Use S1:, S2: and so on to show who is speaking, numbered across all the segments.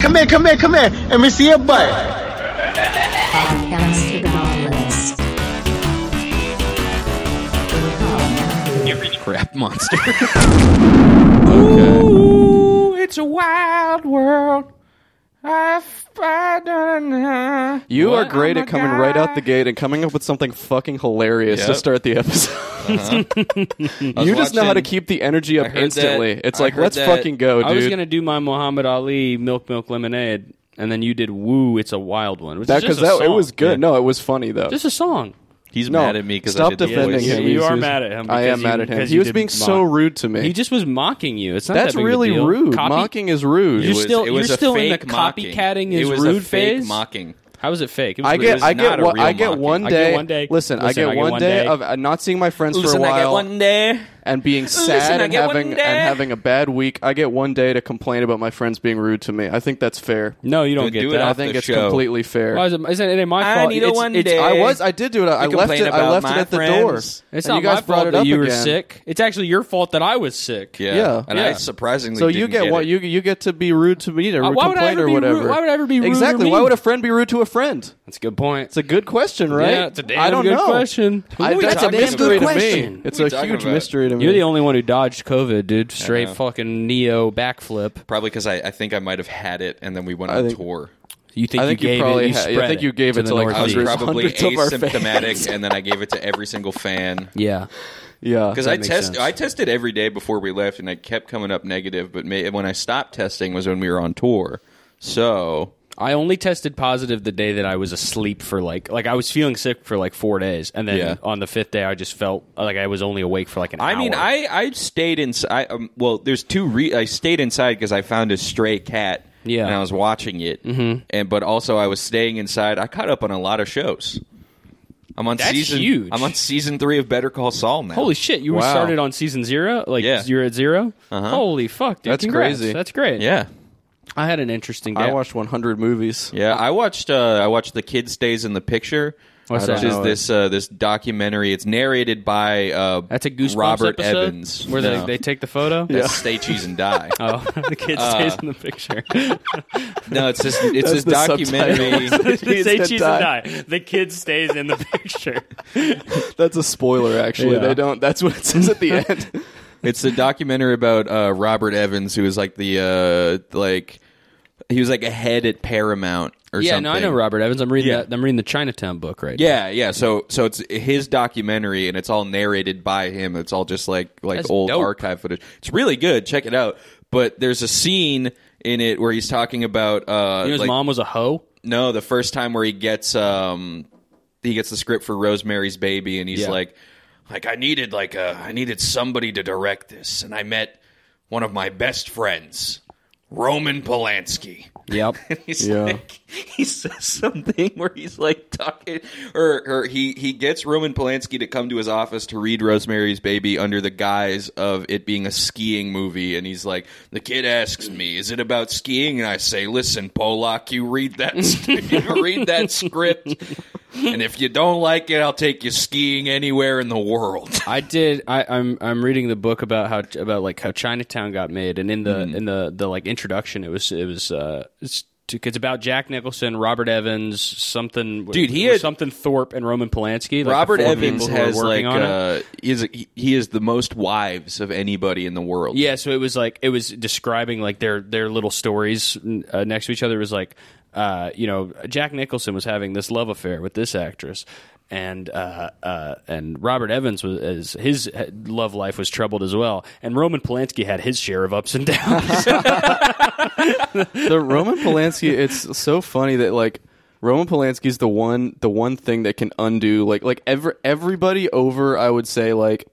S1: come here, come here, come here. Let me see your butt.
S2: Podcast to the Nautilus.
S3: Crap monster.
S4: Ooh, it's a wild world. I find a-
S5: You
S3: What?
S5: are great
S4: I'm
S5: at
S4: a
S5: coming right
S4: guy.
S5: out the gate and coming up with something fucking hilarious to
S3: Yep. Uh-huh.
S5: start the episode. you just know how to
S3: watching-
S5: keep the energy
S3: I
S5: up
S3: heard that-
S5: instantly. It's
S3: I
S5: like,
S3: heard
S5: let's
S3: that-
S5: fucking go,
S4: I was
S5: Oh, dude.
S4: gonna do my Muhammad Ali milk milk lemonade, and then you did woo. It's a wild one. Which
S5: that
S4: because
S5: because that it was good. No, it was funny though.
S4: Just a song.
S3: He's
S5: no,
S3: mad at me because
S5: stop
S3: I did the
S5: defending
S3: voice.
S4: Yeah,
S5: him.
S4: you
S5: He's-
S4: are
S5: he's-
S4: mad at him
S5: I
S4: because
S5: am
S4: you-
S5: mad at him.
S4: because
S5: He
S4: you
S5: was
S4: did
S5: being so
S4: mock.
S5: rude to me.
S4: He just was mocking you. It's not
S5: That's
S4: that big of a
S5: really
S4: deal.
S5: rude.
S4: Copy-
S5: Mocking is rude.
S4: You
S3: It was-
S4: still-
S3: it
S4: you're
S3: was a
S4: still in the
S3: fake mocking.
S4: copycatting his
S3: It was a
S4: rude
S3: fake
S4: phase?
S3: mocking.
S4: How was it fake? It was
S5: I
S4: rude.
S5: get,
S4: It's
S5: I get,
S4: not a
S5: one,
S4: real
S5: I get
S4: mocking.
S5: one
S4: I get
S5: day.
S4: one day.
S5: Listen, I get one day of uh, not seeing my friends for a
S3: Listen,
S5: while.
S3: I get one day.
S5: and being sad
S3: I
S5: and
S3: get one
S5: having and
S3: day.
S5: having a bad week, I get one day to complain about my friends being rude to me. I think that's fair.
S4: No, you don't
S3: Dude,
S4: get
S3: do it
S4: that.
S5: I
S3: off
S5: think
S3: the
S5: it's
S3: show.
S5: completely fair.
S4: Why is it, isn't it my
S3: I
S4: fault?
S3: need a
S4: it's,
S3: one
S4: it's,
S3: day.
S5: I was, I did do it. I left
S3: complain
S5: it. I
S3: about
S5: left it
S3: my
S5: at the
S3: friends.
S5: door.
S4: It's
S5: and
S4: not
S5: you guys
S4: my
S5: brought
S4: fault
S5: it
S4: that
S5: up
S4: you were
S5: again.
S4: sick. It's actually your fault that I was sick.
S3: Yeah.
S5: Yeah.
S3: And
S4: Yeah.
S3: I surprisingly
S5: So you
S3: didn't
S5: get
S3: get
S5: what
S3: it.
S5: you you get to be rude to me or
S4: Uh, why would I
S5: complain
S4: ever
S5: or
S4: be rude-
S5: whatever.
S4: why would I ever be rude or
S5: exactly? Why
S4: mean?
S5: would a friend be rude to a friend?
S4: That's a good point.
S5: It's a good question, right?
S4: Yeah, it's a damn
S5: I don't
S4: good
S5: know.
S4: question.
S5: I,
S4: Who we
S5: that's a
S4: talking about?
S5: mystery to me.
S4: Question.
S5: It's
S3: Who we
S5: a
S3: talking
S5: huge
S3: about?
S5: mystery to me.
S4: You're the only one who dodged COVID, dude. Straight
S3: know.
S4: fucking neo backflip.
S3: Probably because I, I think I might have had it, and then we went
S5: I
S3: on
S5: think-
S3: tour.
S4: You think
S5: I think
S4: you
S5: you
S4: gave
S5: probably
S4: it? You
S5: ha- I
S4: spread
S5: think you gave it
S4: the
S5: to, like,
S3: I was
S5: Hundreds-
S4: Northeast.
S3: probably
S5: hundreds of our fans.
S3: asymptomatic, and then I gave it to every single fan.
S4: Yeah.
S5: yeah.
S3: Because
S4: That
S3: I
S4: makes sense.
S3: test, I tested every day before we left, and I kept coming up negative. But may, when I stopped testing was when we were on tour. So
S4: I only tested positive the day that I was asleep for like like I was feeling sick for like four days, and then
S3: Yeah.
S4: on the fifth day I just felt like I was only awake for like an
S3: I
S4: hour.
S3: mean, I I stayed inside. Um, well, there's two. Re- I stayed inside because I found a stray cat.
S4: Yeah.
S3: and I was watching it. Mm-hmm. And but also I was staying inside. I caught up on a lot of shows. I'm on
S4: That's
S3: season.
S4: huge.
S3: I'm on season three of Better Call Saul now.
S4: holy shit, you were
S5: Wow.
S4: started on season zero, like
S3: Yeah.
S4: you're at 0
S3: Uh-huh.
S4: Holy fuck, dude!
S5: That's
S4: Congrats.
S5: crazy.
S4: That's great.
S3: yeah,
S4: I had an interesting day.
S5: I watched 100 movies.
S3: yeah. I watched. Uh, I watched The Kid Stays in the Picture.
S4: What's
S3: which
S4: that?
S3: is
S5: No,
S3: this uh, this documentary? It's narrated by uh,
S4: That's a goosebumps
S3: Robert
S4: episode
S3: Evans.
S4: where
S3: No.
S4: they, they take the photo.
S3: That's Stay Cheese and Die.
S4: Oh, the kid stays in the picture.
S3: No, it's this it's this
S5: That's the
S3: documentary.
S5: Cheese
S4: Say
S5: and
S4: cheese
S5: die.
S4: and die. The kid stays in the picture.
S5: That's a spoiler. Actually,
S4: Yeah.
S5: they don't. That's what it says at the end.
S3: It's a documentary about uh, Robert Evans, who was like the uh, like he was like a head at Paramount or
S4: yeah,
S3: something.
S4: no, I know Robert Evans. I'm reading
S3: Yeah.
S4: that. I'm reading the Chinatown book right.
S3: Yeah, yeah. So so it's his documentary, and it's all narrated by him. It's all just like like
S4: That's
S3: old
S4: dope.
S3: archive footage. It's really good. Check it out. But there's a scene in it where he's talking about uh,
S4: now. You know his
S3: like-
S4: mom was a hoe.
S3: No, the first time where he gets um he gets the script for Rosemary's Baby and he's
S4: Yeah.
S3: like like I needed like a I needed somebody to direct this and I met one of my best friends, Roman Polanski.
S4: Yep.
S3: He's
S5: Yeah.
S3: like, he says something where he's like talking, or, or he, he gets Roman Polanski to come to his office to read Rosemary's Baby under the guise of it being a skiing movie. And he's like, the kid asks me, is it about skiing? And I say, listen, Polak, you read that, st- you read that script. And if you don't like it, I'll take you skiing anywhere in the world.
S4: I did. I, I'm I'm reading the book about how about like how Chinatown got made, and in the
S3: Mm-hmm.
S4: in the the like introduction, it was it was uh it's it's about Jack Nicholson, Robert Evans, something
S3: Dude, he
S4: it was
S3: had-
S4: something Thorpe and Roman Polanski. like the
S3: Robert
S4: four
S3: Evans
S4: people who were
S3: has like
S4: working on it.
S3: uh, he is he, he is the most wives of anybody in the world.
S4: Yeah, so it was like it was describing like their their little stories uh, next to each other. It was like, uh, you know, Jack Nicholson was having this love affair with this actress, and uh, uh, and Robert Evans was as his uh, love life was troubled as well, and Roman Polanski had his share of ups and downs.
S5: the Roman Polanski. It's so funny that like Roman Polanski's the one the one thing that can undo like like every everybody over I would say like.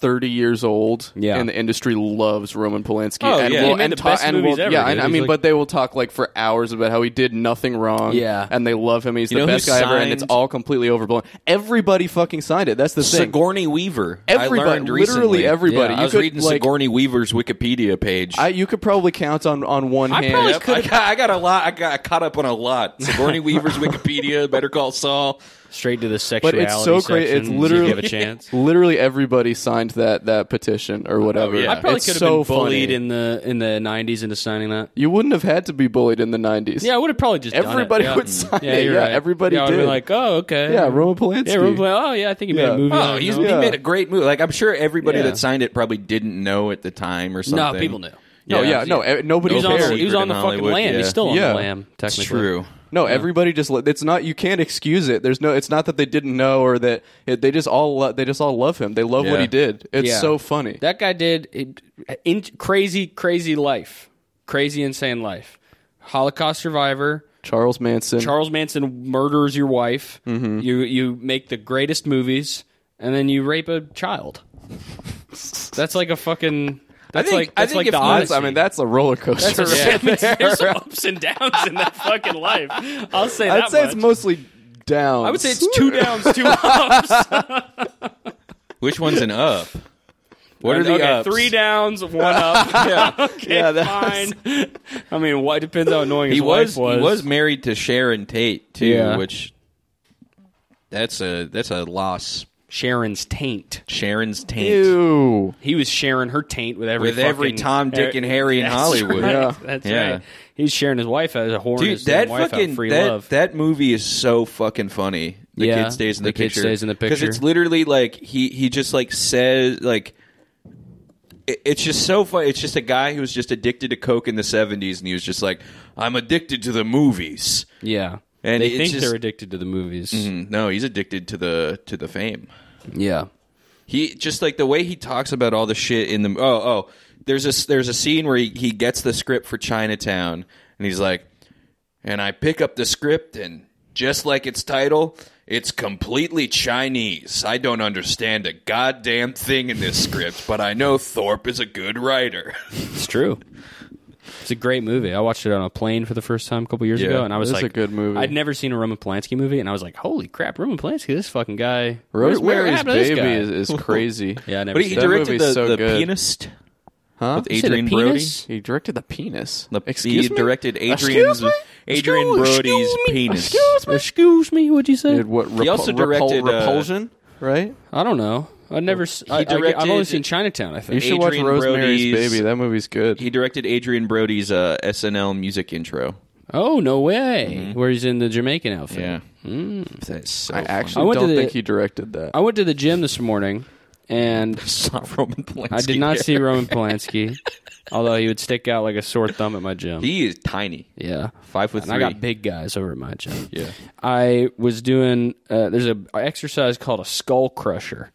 S5: 30 years old
S4: Yeah.
S5: in the industry loves Roman Polanski
S4: Oh,
S5: and
S4: yeah. He
S5: will
S4: made
S5: and,
S4: the best
S5: and
S4: movies
S5: will-
S4: ever,
S5: yeah
S4: dude.
S5: and, I
S4: He's
S5: mean
S4: like-
S5: but they will talk like for hours about how he did nothing wrong
S4: Yeah.
S5: and they love him he's
S3: know
S5: the
S3: who
S5: best guy ever and it's
S3: signed-
S5: all completely overblown everybody fucking signed it that's the thing
S3: Sigourney Weaver.
S5: Everybody-
S3: I learned
S5: literally
S3: recently.
S5: everybody.
S3: Yeah,
S5: You
S3: I was
S5: could,
S3: reading
S5: like-
S3: Sigourney Weaver's Wikipedia page.
S5: I, you could probably count on on one hand
S4: probably
S3: Yep, I, got, I got a lot. I got I caught up on a lot. Sigourney Weaver's Wikipedia. Better Call Saul.
S4: straight to the
S5: But
S4: sexuality.
S5: it's so crazy. It's
S4: section,
S5: literally
S4: see if you have a chance.
S5: Literally everybody signed that that petition or whatever.
S3: yeah.
S4: Oh, I probably
S5: it's
S4: could have
S5: so
S4: been bullied
S5: funny.
S4: in the in the nineties into signing that.
S5: you wouldn't have had to be bullied in the nineties.
S4: Yeah, I would have probably just done it.
S5: Everybody
S4: yeah. Mm.
S5: would sign
S4: Yeah,
S5: it.
S4: you're
S5: Yeah,
S4: right.
S5: everybody
S4: yeah, I would've been
S5: did.
S4: like, oh okay,
S5: Yeah, Roman Polanski.
S4: Yeah, Roman Polanski. Oh yeah, I think he made
S5: Yeah.
S4: a
S3: Oh,
S4: movie. I
S3: he's,
S4: don't know.
S3: he
S5: Yeah.
S3: made a great move. Like I'm sure everybody
S5: Yeah.
S3: that signed it probably didn't know at the time or something.
S4: no, people knew.
S5: No, yeah, no, e- nobody
S4: He was on
S5: cared.
S4: the, he was
S3: Secret
S4: on the
S3: in
S4: fucking
S3: Hollywood,
S4: lam.
S3: yeah.
S4: He's still on
S5: Yeah.
S4: the lam.
S3: It's
S4: Technically,
S3: true.
S5: No, everybody just. li- It's not. You can't excuse it. There's no. It's not that they didn't know or that it, they just all. lo- They just all love him. They love what
S3: Yeah.
S5: he did. It's
S4: Yeah.
S5: so funny.
S4: That guy did it, in, crazy, crazy life, crazy, insane life. Holocaust survivor.
S5: Charles Manson.
S4: Charles Manson murders your wife.
S5: Mm-hmm.
S4: You you make the greatest movies, and then you rape a child. That's like a fucking. That's
S3: think-
S4: like
S3: I
S4: that's
S3: think
S4: like
S3: if
S4: the
S5: That's-
S4: Odyssey.
S5: I mean, that's a roller coaster.
S4: That's a- I mean, there's some ups and downs in that fucking life. I'll say that.
S5: I'd say
S4: much.
S5: it's mostly down.
S4: I would say it's two downs, two ups.
S3: Which one's an up? What are the
S4: okay,
S3: ups?
S4: three downs, one up. yeah, okay,
S5: Yeah, that
S4: fine. I mean, what depends how annoying
S3: He
S4: his
S3: was,
S4: wife was.
S3: he was married to Sharon Tate too,
S4: Yeah.
S3: which that's a that's a loss.
S4: Sharon's taint.
S3: Sharon's taint
S5: Ew.
S4: He was sharing her taint with every
S3: with every
S4: fucking-
S3: Tom, Dick, and Harry in
S4: That's
S3: Hollywood.
S4: right,
S5: Yeah.
S4: That's
S3: Yeah.
S4: right. He's sharing his wife as a horn.
S3: Dude,
S4: is
S3: that
S4: his wife out
S3: fucking
S4: free
S3: that,
S4: love.
S3: that movie is so fucking funny. The
S4: Yeah,
S3: kid stays in the,
S4: the kid
S3: picture.
S4: stays in the
S3: because it's
S4: picture.
S3: literally like he he just like says like it- it's just so funny. It's just a guy who was just addicted to coke in the seventies, and he was just like, "I'm addicted to the movies."
S4: yeah.
S3: And
S4: they
S3: it's
S4: think
S3: just-
S4: they're addicted to the movies.
S3: Mm, No, he's addicted to the to the fame.
S4: Yeah.
S3: He just like the way he talks about all the shit in the oh oh. There's a there's a scene where he, he gets the script for Chinatown and he's like, and I pick up the script and just like its title, it's completely Chinese. I don't understand a goddamn thing in this script, but I know Thorpe is a good writer.
S4: It's true. It's a great movie. I watched it on a plane for the first time a couple years
S3: Yeah,
S4: ago, and I was
S5: it is
S4: like,
S5: a good movie.
S4: I'd never seen a Roman Polanski movie, and I was like, "Holy crap, Roman Polanski! This fucking guy, where's- where
S5: Rosemary's
S4: happened to this
S5: Baby
S4: guy?
S5: is, is crazy.
S4: Yeah, I never.
S3: But he
S4: seen it.
S5: direct-
S3: directed
S5: movie's
S3: the,
S5: so
S3: the
S5: good.
S3: pianist
S5: Huh?
S3: with
S4: You said a
S3: Adrian Brody.
S4: penis?
S5: He directed the penis.
S3: The-
S5: Excuse
S3: he
S5: me?
S3: directed Adrian's
S5: Excuse me?
S3: Adrian
S5: Oh, Excuse-
S3: Brody's
S5: excuse me?
S3: penis.
S5: Excuse me?
S4: Excuse me, what'd you say?
S5: Did what? Repul-
S3: also directed,
S5: repul-
S3: uh,
S5: repulsion. right.
S4: I don't know. I never. s- I, I, I've only
S3: directed-
S4: seen Chinatown. I
S5: You
S4: think.
S5: should watch
S3: Adrian
S5: Rosemary's
S3: Brody's-
S5: Baby. That movie's good.
S3: He directed Adrian Brody's uh, SNL music intro.
S4: Oh no way!
S3: Mm-hmm.
S4: Where he's in the Jamaican outfit.
S3: Hmm. That's so
S5: I
S4: I
S5: actually
S4: went to
S5: don't
S4: the-
S5: think he directed that.
S4: I went to the gym this morning, and
S3: saw Roman Polanski.
S4: I did not
S3: there.
S4: see Roman Polanski, although he would stick out like a sore thumb at my gym.
S3: He is tiny.
S4: yeah,
S3: Five foot
S4: and
S3: three.
S4: I got big guys over at my gym.
S3: Yeah.
S4: I was doing. Uh, there's a a exercise called a skull crusher,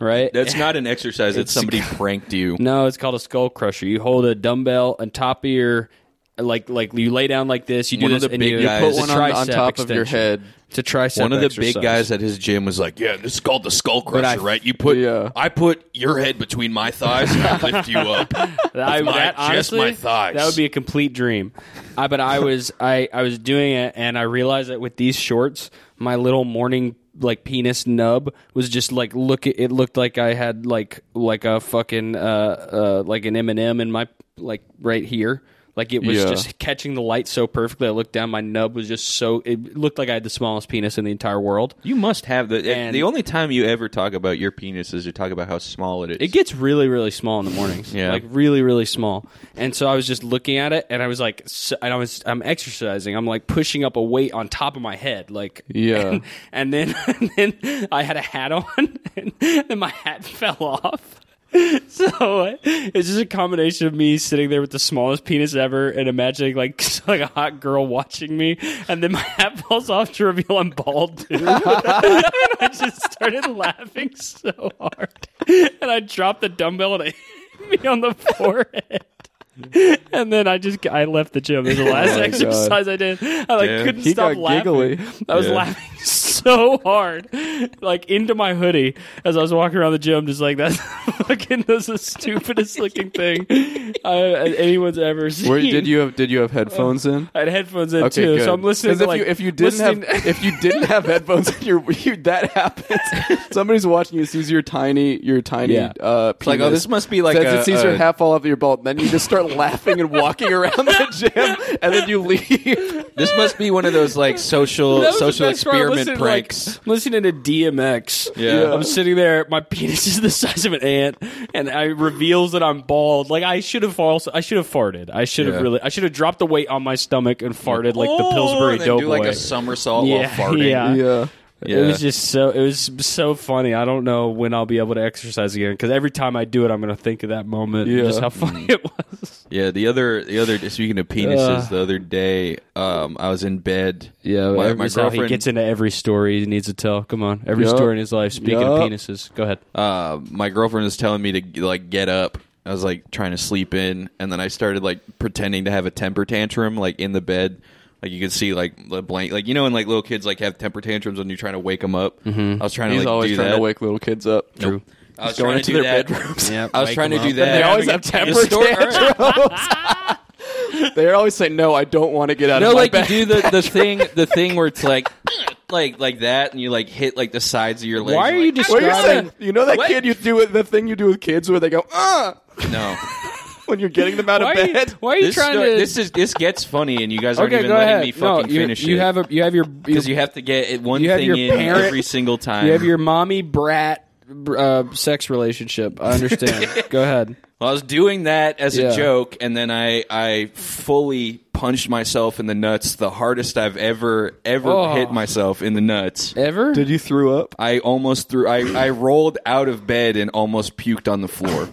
S4: right?
S3: That's not an exercise. It's somebody pranked you.
S4: No, it's called a skull crusher. You hold a dumbbell on top of your like like you lay down like this. You do
S3: One of
S4: this
S3: the
S4: and
S3: big
S4: you
S3: guys-
S5: Put
S4: it's a
S5: one on, on
S4: tricep
S5: top of your
S4: extension.
S5: head.
S4: It's a tricep.
S3: One of the big
S4: exercise.
S3: guys at his gym was like, "Yeah, this is called the skull crusher,
S4: I-
S3: right? You put,
S5: Yeah.
S3: I put your head between my thighs and I lift you up.
S4: I,
S3: my-
S4: that,
S3: just
S4: honestly,
S3: my thighs.
S4: That would be a complete dream. I, but I was I, I was doing it, and I realized that with these shorts, my little morning like penis nub was just like look. It looked like I had like like a fucking uh, uh like an M and m in my like right here. Like it was
S5: Yeah.
S4: just catching the light so perfectly. I looked down, my nub was just so. It looked like I had the smallest penis in the entire world.
S3: You must have the.
S4: And-
S3: the only time you ever talk about your penis is you talk about how small it is.
S4: It gets really, really small in the mornings.
S3: Yeah.
S4: like really, really small. And so I was just looking at it, and I was like, s- and I was, I'm exercising. I'm like pushing up a weight on top of my head, like
S5: Yeah.
S4: And, and then, and then I had a hat on, and, then my hat fell off. So it's just a combination of me sitting there with the smallest penis ever and imagining like like a hot girl watching me, and then my hat falls off to reveal I'm bald too. I just started laughing so hard. And I dropped the dumbbell and it hit me on the forehead. And then I just I left the gym. It was the last
S5: Oh my
S4: exercise I did. I like
S3: Yeah.
S4: couldn't
S5: He
S4: stop
S5: got
S4: laughing.
S5: giggly.
S4: I was
S3: Yeah.
S4: laughing so hard, like into my hoodie as I was walking around the gym, just like that's fucking that's the stupidest looking thing I, anyone's ever seen.
S5: Where did you have did you have headphones in?
S4: I had headphones in
S5: Okay,
S4: too,
S5: good.
S4: so I'm listening.
S5: 'Cause
S4: To,
S5: if
S4: like,
S5: you if you didn't
S4: listening-
S5: have if you didn't have headphones, in your you, that happens. Somebody's watching you, sees your tiny your tiny.
S4: Yeah.
S5: Uh,
S3: It's like, oh,
S5: penis,
S3: this must be like
S5: says
S3: a-
S5: it sees
S3: a-
S5: your half fall off of your belt, and then you just start laughing and walking around the gym, and then you leave.
S3: This must be one of those like social
S4: That was the
S3: social
S4: best part. I
S3: experiment
S4: listened to, like,
S3: Yikes.
S4: like I'm listening to DMX.
S3: Yeah.
S4: I'm sitting there. My penis is the size of an ant, and I reveals that I'm bald. Like I should have also. I should have farted. I should have
S3: Yeah.
S4: really. I should have dropped the weight on my stomach and farted like the
S3: Oh,
S4: Pillsbury
S3: and then do like
S4: Doughboy.
S3: a somersault
S4: Yeah,
S3: while farting.
S4: yeah.
S5: yeah.
S3: Yeah.
S4: It was just so. It was so funny. I don't know when I'll be able to exercise again because every time I do it, I'm going to think of that moment and
S5: Yeah.
S4: just how funny it was.
S3: Yeah, the other the other speaking of penises,
S4: Ugh.
S3: the other day, um, I was in bed. my, my
S4: This is how
S3: girlfriend.
S4: he gets into every story he needs to tell. Come on, every
S5: Yup.
S4: story in his life. Speaking of
S5: Yup.
S4: penises, go ahead.
S3: uh, my girlfriend was telling me to like get up. I was like trying to sleep in, and then I started like pretending to have a temper tantrum, like in the bed. Like you could see, like the blank, like you know, when like little kids like have temper tantrums when you're trying to wake them up.
S4: Mm-hmm.
S3: I was trying
S5: He's
S3: to like
S5: always
S3: do
S5: trying
S3: that.
S5: to wake little kids up.
S4: True.
S3: I was trying
S5: going
S3: to
S5: into
S3: do
S5: their
S3: that.
S5: bedrooms.
S4: Yep,
S3: I was
S4: wake
S3: trying to
S4: them
S3: do
S4: up.
S3: that.
S5: They always have temper tantrums. they always say, "No, I don't want to get out
S3: No,
S5: of my
S3: like
S5: bed."
S3: you do the, the thing, the thing where it's like, like like that, and you like hit like the sides of your legs.
S4: Why
S3: and,
S4: are you
S3: like,
S5: What are you
S4: describing?
S5: saying? You know that
S3: What?
S5: kid you do with the thing you do with kids where they go, "Ah,"
S3: no?
S5: when you're getting them out
S4: Why
S5: of
S4: are you,
S5: bed.
S4: why are you
S3: This,
S4: trying
S3: sto-
S4: to?
S3: this is this gets funny, and you guys aren't
S4: okay,
S3: even
S4: go
S3: letting
S4: ahead.
S3: me fucking
S4: no, you,
S3: finish
S4: you
S3: it.
S4: have a you have your
S3: because you have to get it one
S4: You have
S3: thing
S4: your
S3: in
S4: parent-
S3: every single time.
S4: you have your mommy brat uh, sex relationship. I understand. go ahead.
S3: Well, I was doing that as
S4: Yeah.
S3: a joke, and then I I fully punched myself in the nuts, the hardest I've ever ever
S4: Oh. Eh.
S3: hit myself in the nuts.
S4: Ever?
S5: Did you throw up?
S3: I almost threw. I I rolled out of bed and almost puked on the floor.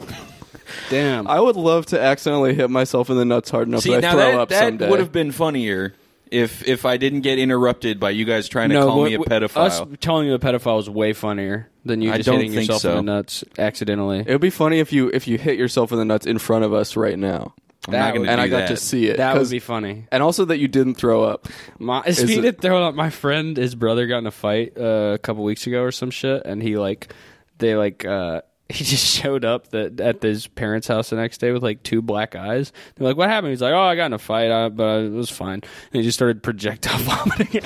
S4: Damn.
S5: I would love to accidentally hit myself in the nuts hard enough
S3: See,
S5: that I
S3: now
S5: throw
S3: that,
S5: up
S3: that
S5: someday.
S3: would have been funnier if if I didn't get interrupted by you guys trying to call me a
S4: w-
S3: pedophile.
S4: Us telling you a pedophile is way funnier than you
S3: I
S4: just
S3: don't
S4: hitting
S3: think
S4: yourself in
S3: so.
S4: the nuts accidentally.
S5: it would be funny if you if you hit yourself in the nuts in front of us right now,
S3: I'm not
S4: that
S3: gonna
S4: would-
S5: and
S3: do
S5: I got
S3: that.
S5: to see it.
S4: that would
S5: 'cause-
S4: be funny.
S5: and also that you didn't throw up.
S4: My, speaking
S5: it-
S4: of throwing up, my friend, his brother got in a fight uh, a couple weeks ago or some shit, and he like, they like, uh, he just showed up that at his parents' house the next day with like two black eyes. They're like, "What happened?" He's like, "Oh, I got in a fight, uh, but I, it was fine." And he just started projectile vomiting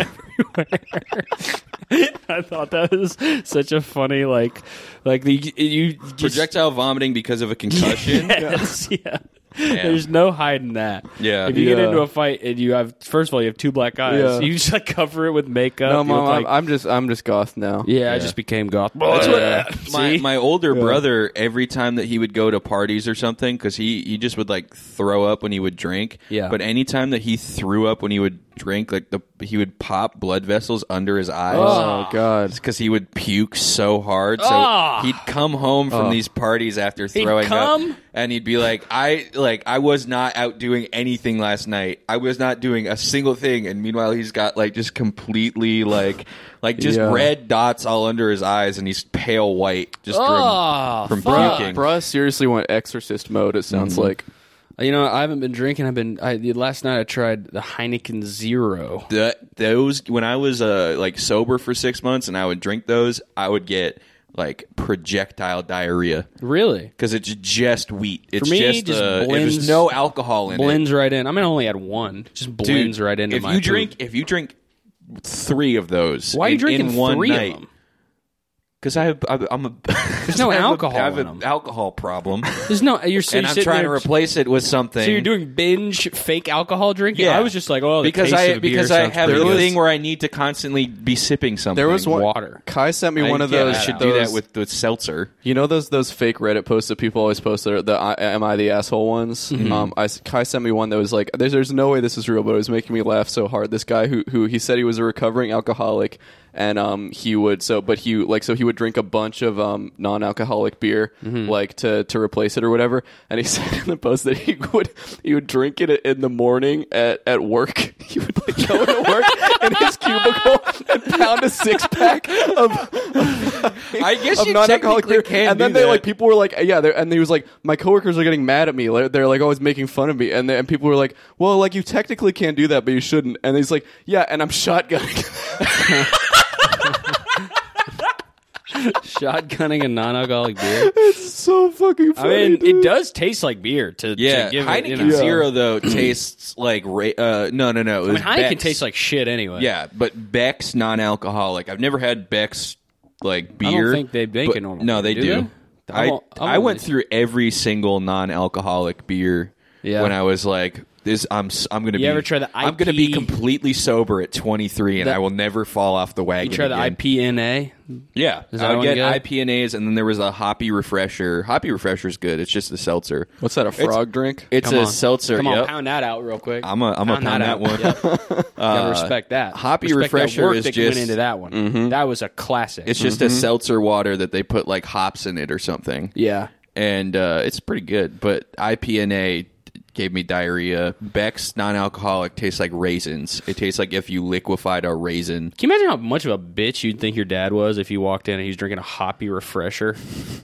S4: everywhere. I thought that was such a funny like, like the you just,
S3: Projectile vomiting because of a concussion.
S4: Yes, yeah. There's no hiding that.
S3: Yeah.
S4: If you get
S5: Yeah.
S4: into a fight and you have, first of all, you have two black eyes.
S5: Yeah.
S4: You just like cover it with makeup.
S5: No,
S4: You look
S5: mom, I'm,
S4: like-
S5: I'm just I'm just goth now.
S4: yeah, I just became goth.
S3: That's what- my
S4: See?
S3: my older brother every time that he would go to parties or something because he he just would like throw up when he would drink.
S4: Yeah.
S3: But anytime that he threw up when he would drink, like the he would pop blood vessels under his eyes.
S5: Oh God.
S3: Because he would puke so hard, so
S4: Ah.
S3: he'd come home from these parties after throwing up,
S4: come?
S3: and he'd be like, "I like I was not out doing anything last night. I was not doing a single thing." And meanwhile, he's got like just completely like like just
S5: Yeah.
S3: red dots all under his eyes, and he's pale white just
S4: Ah,
S3: from, from
S4: fuck.
S3: puking.
S5: Bruh seriously went exorcist mode, it sounds like.
S4: You know, I haven't been drinking. I've been. I, the last night I tried the Heineken Zero.
S3: Th- those when I was uh like sober for six months, and I would drink those, I would get like projectile diarrhea.
S4: Really?
S3: because it's just wheat. It's
S4: me,
S3: just,
S4: just
S3: uh,
S4: blends-
S3: there's no alcohol in
S4: Blends
S3: it.
S4: right in. I mean, I only had one. Just blends right into
S3: if
S4: my.
S3: you
S4: poop.
S3: drink, if you drink three of those,
S4: why are you
S3: in-
S4: drinking
S3: in one
S4: three
S3: night?
S4: of them?
S3: Because I have, I- I'm a there's
S4: no alcohol
S3: I have
S4: in
S3: an
S4: 'em.
S3: alcohol problem,
S4: There's no. You're so
S3: and
S4: you're
S3: I'm
S4: sitting
S3: trying to
S4: there-
S3: replace it with something.
S4: So you're doing binge fake alcohol drinking.
S3: Yeah.
S4: I was just like, oh, the
S3: because
S4: taste
S3: I
S4: of beer
S3: because I
S4: sounds
S3: have
S4: pretty
S3: a
S4: good.
S3: thing where I need to constantly be sipping something.
S5: There was one
S4: water.
S5: Kai sent me
S3: I,
S5: one of
S3: yeah,
S5: those.
S3: I should do
S5: those-
S3: that with with seltzer.
S5: you know those those fake Reddit posts that people always post. That are the I, "Am I the asshole?" ones. Um, I, Kai sent me one that was like, "There's there's no way this is real," but it was making me laugh so hard. This guy who who he said he was a recovering alcoholic, and um he would so but he like so he would drink a bunch of um non alcoholic beer like to to replace it or whatever. And he said in the post that he would he would drink it in the morning at at work. He would like go to work in his cubicle and pound a six pack of
S3: I guess
S5: of
S3: you
S5: non-alcoholic
S3: technically
S5: beer.
S3: can
S5: and then
S3: do
S5: they
S3: that.
S5: like people were like, yeah, they're- and he was like, my coworkers are getting mad at me. Like, They're like always making fun of me, and they, and people were like, well, like you technically can't do that, but you shouldn't. And he's like, yeah, and I'm shotgunning.
S4: shotgunning a non-alcoholic beer.
S5: so fucking
S4: I
S5: funny.
S4: mean, it
S5: dude.
S4: does taste like beer. To
S3: Yeah,
S4: to give
S3: Heineken
S4: it, you know.
S3: Zero though tastes like ra- uh, no no no. It was
S4: I mean, Heineken
S3: Beck's.
S4: tastes like shit anyway.
S3: Yeah, but Beck's non-alcoholic. I've never had Beck's like
S4: don't
S3: beer.
S4: think they make
S3: but-
S4: a normal
S3: No,
S4: beer,
S3: they
S4: do
S3: do.
S4: they?
S3: I
S4: I'm all- I'm
S3: I went
S4: always-
S3: through every single non-alcoholic beer
S4: Yeah.
S3: when I was like this I'm s- I'm gonna
S4: You
S3: be
S4: ever try the
S3: I'm gonna be
S4: IP?
S3: completely sober at 23 and
S4: The-
S3: I will never fall off the wagon.
S4: You try the
S3: again.
S4: IPNA.
S3: Yeah,
S4: that
S3: I would
S4: one
S3: get
S4: good?
S3: IPNAs, and then there was a hoppy refresher. Hoppy refresher's good. It's just a seltzer.
S5: What's that? A
S3: It's-
S5: frog drink?
S3: It's
S4: Come
S3: a
S4: on.
S3: seltzer.
S4: Come on,
S3: yep.
S4: pound that out real quick.
S3: I'm a I'm a pound that,
S4: out.
S3: one.
S4: Yep. Gotta respect that.
S3: Uh, Hoppy
S4: Respect that
S3: Refresher
S4: work
S3: is
S4: that
S3: just- Mm-hmm.
S4: went into that one. That was a classic.
S3: It's just a seltzer water that they put like hops in it or something.
S4: yeah.
S3: and uh, it's pretty good. But IPNA gave me diarrhea. Beck's non-alcoholic tastes like raisins. It tastes like if you liquefied a raisin.
S4: Can you imagine how much of a bitch you'd think your dad was if you walked in and he was drinking a hoppy refresher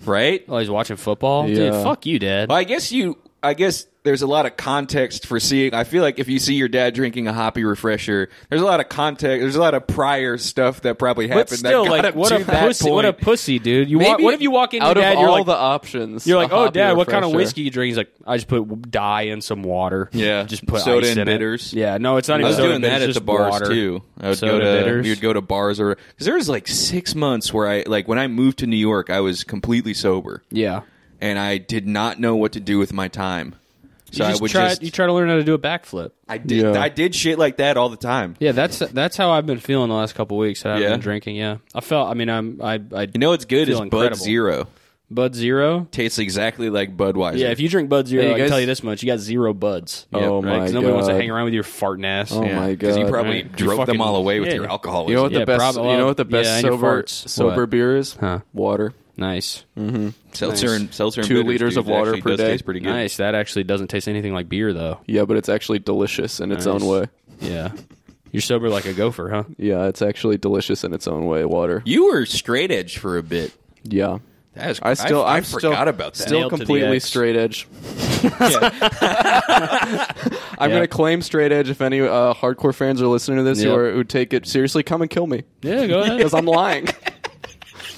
S3: Right?
S4: while he's watching football? Dude,
S5: Yeah.
S4: fuck you, dad.
S3: Well, I guess you. I guess there's a lot of context for seeing. I feel like if you see your dad drinking a hoppy refresher, there's a lot of context. There's a lot of prior stuff that probably happened.
S4: but still,
S3: that got
S4: like,
S3: him
S4: what
S3: to
S4: a
S3: that
S4: pussy! What a
S3: point.
S4: pussy, dude! You
S3: Maybe
S4: want, what if you walk in, your
S5: Out of
S4: dad,
S5: all
S4: you're like,
S5: the options,
S4: you're like,
S5: a
S4: oh,
S5: hoppy
S4: dad, what kind of
S5: refresher.
S4: whiskey you drink? He's like, I just put dye in some water.
S3: Yeah.
S4: just put
S3: Soda
S4: ice
S3: and
S4: in it."
S3: bitters.
S4: Yeah, no, it's not
S3: I
S4: even
S3: was
S4: soda
S3: doing
S4: bitters,
S3: that at
S4: just
S3: the bars
S4: water.
S3: too. I would
S4: Soda
S3: go to
S4: bitters.
S3: we would go to bars or because there was like six months where I like when I moved to New York, I was completely sober
S4: Yeah,
S3: and I did not know what to do with my time. So
S4: you
S3: I
S4: just
S3: would
S4: try,
S3: just
S4: you try to learn how to do a backflip.
S3: I did
S5: Yeah.
S3: I did shit like that all the time.
S4: Yeah, that's that's how I've been feeling the last couple weeks. That I've
S3: Yeah?
S4: been drinking. Yeah, I felt. I mean, I'm. I. I
S3: You know what's good
S4: Feel
S3: is Bud
S4: incredible.
S3: Zero.
S4: Bud Zero.
S3: Tastes exactly like Budweiser.
S4: Yeah, if you drink Bud Zero,
S5: Hey, you
S4: I can
S5: guys-
S4: tell you this much: you got zero buds.
S5: Oh
S4: right? 'Cause
S5: my
S4: Nobody wants to
S5: God.
S4: hang around with your farting ass.
S5: Oh my
S3: Because you
S5: God.
S3: probably
S4: Right. You
S3: drove
S4: fucking-
S3: them all away with
S4: yeah.
S3: your alcoholism.
S5: You know what the
S4: Yeah,
S5: best?
S4: probably.
S5: You know what the best
S4: Yeah, and your
S5: sober
S4: farts.
S5: sober
S4: What?
S5: beer is?
S4: Huh.
S5: Water.
S4: Nice,
S3: seltzer
S4: Nice.
S3: and seltzer and
S5: Two
S3: bitters,
S5: liters
S3: dude,
S5: of water
S3: actually
S5: per
S3: does
S5: day.
S3: Taste pretty good.
S4: nice. That actually doesn't taste anything like beer, though.
S5: Yeah, but it's actually delicious in its
S4: Nice.
S5: own way.
S4: Yeah, you're sober like a gopher, huh?
S5: Yeah, it's actually delicious in its own way. Water.
S3: You were straight edge for a bit.
S5: Yeah.
S3: That is,
S5: I still,
S3: I,
S5: I'm still,
S3: forgot about that.
S5: Still
S4: Nailed to the
S5: completely
S4: X.
S5: straight edge. I'm going to claim straight edge. If any uh, hardcore fans are listening to this who
S4: Yep.
S5: are who take it seriously, come and kill me
S4: Yeah, go ahead.
S5: because I'm lying.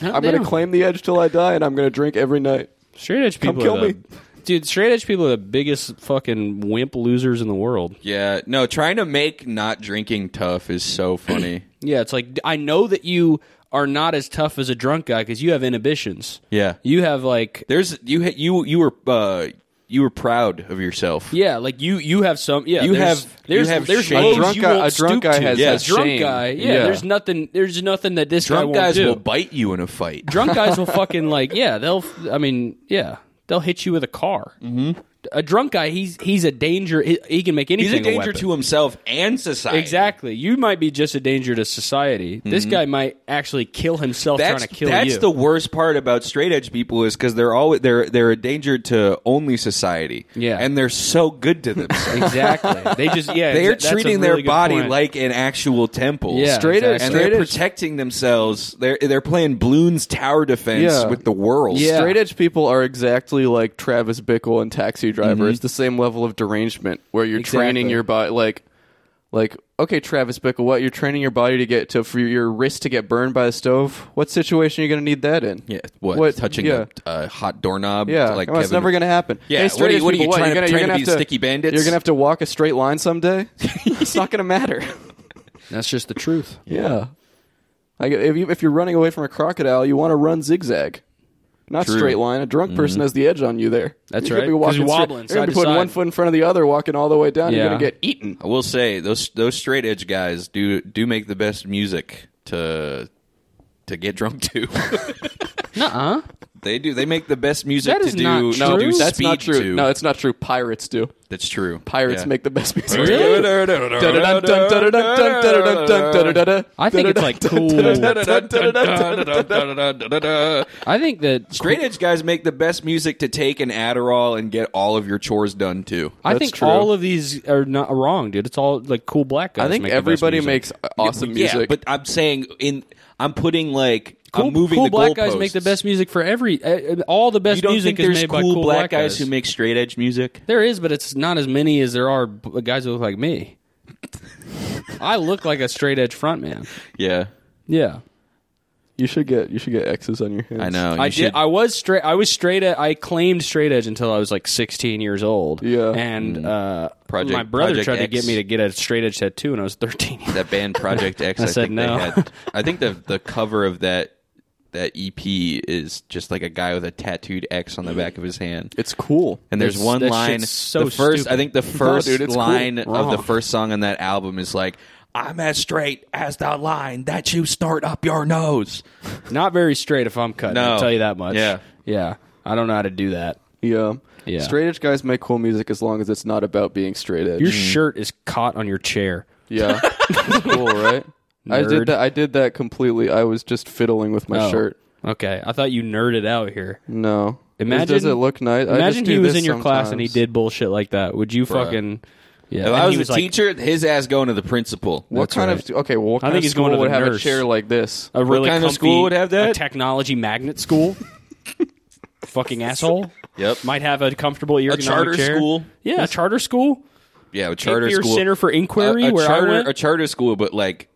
S5: I'm going to claim the edge till I die, and I'm going to drink every night.
S4: Straight edge
S5: Come
S4: people
S5: kill
S4: are the,
S5: me.
S4: Dude, straight edge people are the biggest fucking wimp losers in the world.
S3: Yeah, no, trying to make not drinking tough is so funny.
S4: Yeah, it's like I know that you are not as tough as a drunk guy because you have inhibitions.
S3: Yeah.
S4: You have like
S3: There's you ha- you you were uh, you were proud of yourself.
S4: yeah, like you you have some yeah.
S3: You
S4: there's,
S3: have-
S4: there's
S3: you have
S4: there's
S3: shame.
S4: lows
S3: A drunk
S4: you
S5: guy-
S4: won't
S5: a drunk
S4: stoop
S5: guy
S4: to.
S5: has
S4: yeah,
S3: that
S4: drunk
S5: shame.
S4: guy yeah,
S5: Yeah.
S4: There's nothing there's nothing that this guy
S3: Drunk
S4: won't
S3: guys
S4: do.
S3: will bite you in a fight.
S4: drunk guys will fucking like yeah they'll i mean yeah they'll hit you with a car mm-hmm. a drunk guy he's he's a danger he, he can make anything
S3: He's a danger
S4: weapon.
S3: to himself and society.
S4: exactly you might be just a danger to society this guy might actually kill himself
S3: Mm-hmm. That's
S4: trying to kill
S3: that's
S4: you
S3: the worst part about straight edge people is because they're always they're they're a danger to only society.
S4: Yeah.
S3: and they're so good to themselves.
S4: exactly they just yeah
S3: They're
S4: that- that's a
S3: treating
S4: really
S3: their
S4: good
S3: body
S4: point.
S3: like an actual temple.
S4: Yeah,
S5: Straight
S4: exactly.
S5: edge-
S3: and
S5: straight
S3: they're
S5: edge-
S3: protecting themselves. They're they're playing Bloons Tower defense
S5: Yeah.
S3: with the world.
S4: Yeah.
S5: Straight edge people are exactly like Travis Bickle and Taxi Driver. It's the same level of derangement where you're training
S4: Mm-hmm. Exactly.
S5: your body like like okay Travis Bickle, what you're training your body to get to for your wrist to get burned by the stove? What situation are you going to need that in?
S3: Yeah, what, touching
S5: yeah.
S3: a uh, hot doorknob?
S5: yeah,
S3: like
S5: well, it's
S3: Kevin-
S5: never going to happen.
S3: Yeah,
S5: Hey,
S3: what
S5: straight
S3: are you-
S5: edge
S3: what are you
S5: people,
S3: trying to-
S5: you're gonna,
S3: trying
S5: you're
S3: to
S5: gonna
S3: be
S5: have
S3: sticky bandits?
S5: You're gonna have to walk a straight line someday. it's not gonna matter.
S4: that's just the truth
S5: Yeah, like if you if you're running away from a crocodile, you want to run zigzag, not
S3: True. Mm-hmm.
S5: straight line. A drunk person has the edge on you there.
S4: That's
S5: You're gonna
S4: right.
S5: be
S4: 'Cause
S5: walking
S4: you're
S5: straight-
S4: wobbling
S5: You're gonna be
S4: side to
S5: putting one
S4: side.
S5: foot in front of the other, walking all the way down. You're
S4: Yeah.
S5: gonna get eaten.
S3: I will say those those straight edge guys do do make the best music to to get drunk to.
S4: nuh-uh
S3: they do. They make the best music
S4: That
S3: to
S4: is
S3: do.
S4: not
S3: to
S4: true.
S5: No,
S3: do
S5: that's
S3: speed
S5: not true.
S3: To.
S5: No, it's not true. Pirates do.
S3: that's true.
S5: Pirates
S3: Yeah.
S5: make the best music.
S4: I think it's, like, i think that
S3: Straight edge guys make the best music to take an Adderall and get all of your chores done too.
S4: I
S5: That's
S4: think
S5: true.
S4: all of these are not wrong, dude. It's all like cool black guys.
S5: I think
S4: make the best
S5: everybody
S4: music.
S5: makes awesome
S3: yeah,
S5: music.
S3: but I'm saying in I'm putting like
S4: cool,
S3: I'm moving
S4: cool
S3: the
S4: black guys make
S3: goalposts.
S4: the best music for every uh, uh, all the best
S3: You don't
S4: music
S3: think there's
S4: is made
S3: cool,
S4: by cool
S3: black guys, who
S4: make
S3: make straight edge music?
S4: there is but it's not as many as there are b- guys who look like me i look like a straight edge front man
S3: Yeah,
S4: yeah
S5: you should get you should get X's on your hands.
S3: I know.
S4: i
S3: Oh, You
S4: did
S3: should-
S4: i was straight i was straight ed- i claimed straight edge until i was like 16 years old
S5: Yeah.
S4: and
S3: Mm.
S4: uh
S3: Project-
S4: my brother
S3: Project
S4: tried to
S3: X.
S4: get me to get a straight edge tattoo when i was 13
S3: that band Project X. I
S4: I said
S3: think
S4: no.
S3: they had. I think the the cover of that that EP is just like a guy with a tattooed X on the back of his hand.
S5: It's cool.
S3: And there's
S4: That's-
S3: one
S4: that
S3: line.
S4: shit's so
S3: the first,
S4: stupid.
S3: I think, the first
S5: dude, it's cool.
S3: line of
S5: Wrong.
S3: the first song on that album is like, "I'm as straight as the line that you snort up your nose."
S4: Not very straight if I'm cutting.
S3: No.
S4: I'll tell you that much.
S3: Yeah.
S4: Yeah. I don't know how to do that.
S5: Yeah.
S4: Yeah.
S5: Straight edge guys make cool music as long as it's not about being straight edge.
S4: Your
S3: Mm.
S4: shirt is caught on your chair.
S5: yeah. It's cool, right? I
S4: Nerd.
S5: did that I did that completely. I was just fiddling with my
S4: Oh,
S5: shirt.
S4: Okay. I thought you nerded out here.
S5: No.
S4: Imagine
S5: does it look nice? I
S4: Imagine
S5: just do
S4: he was
S5: this
S4: in your class and he
S5: sometimes.
S4: did bullshit like that. Would you fucking? Yeah.
S3: If
S4: And
S3: I
S4: he
S3: was, a
S4: like,
S3: teacher, his ass going to the principal.
S5: What
S4: That's
S5: kind
S4: right.
S5: of okay? Well, what
S4: I
S5: kind
S4: think
S5: of
S4: he's going
S5: school
S4: to the
S5: would have
S4: nurse.
S5: a chair like this?
S4: A really
S3: kind of
S4: comfy-
S3: school would have that?
S4: A technology magnet school. fucking asshole.
S3: Yep.
S4: Might have a comfortable ergonomic
S3: charter
S4: chair.
S3: school?
S4: Yeah, a charter school.
S3: yeah, a charter
S4: Napier
S3: school,
S4: Center for Inquiry,
S3: a, a
S4: where I
S3: charter,
S4: went?
S3: a charter school, but like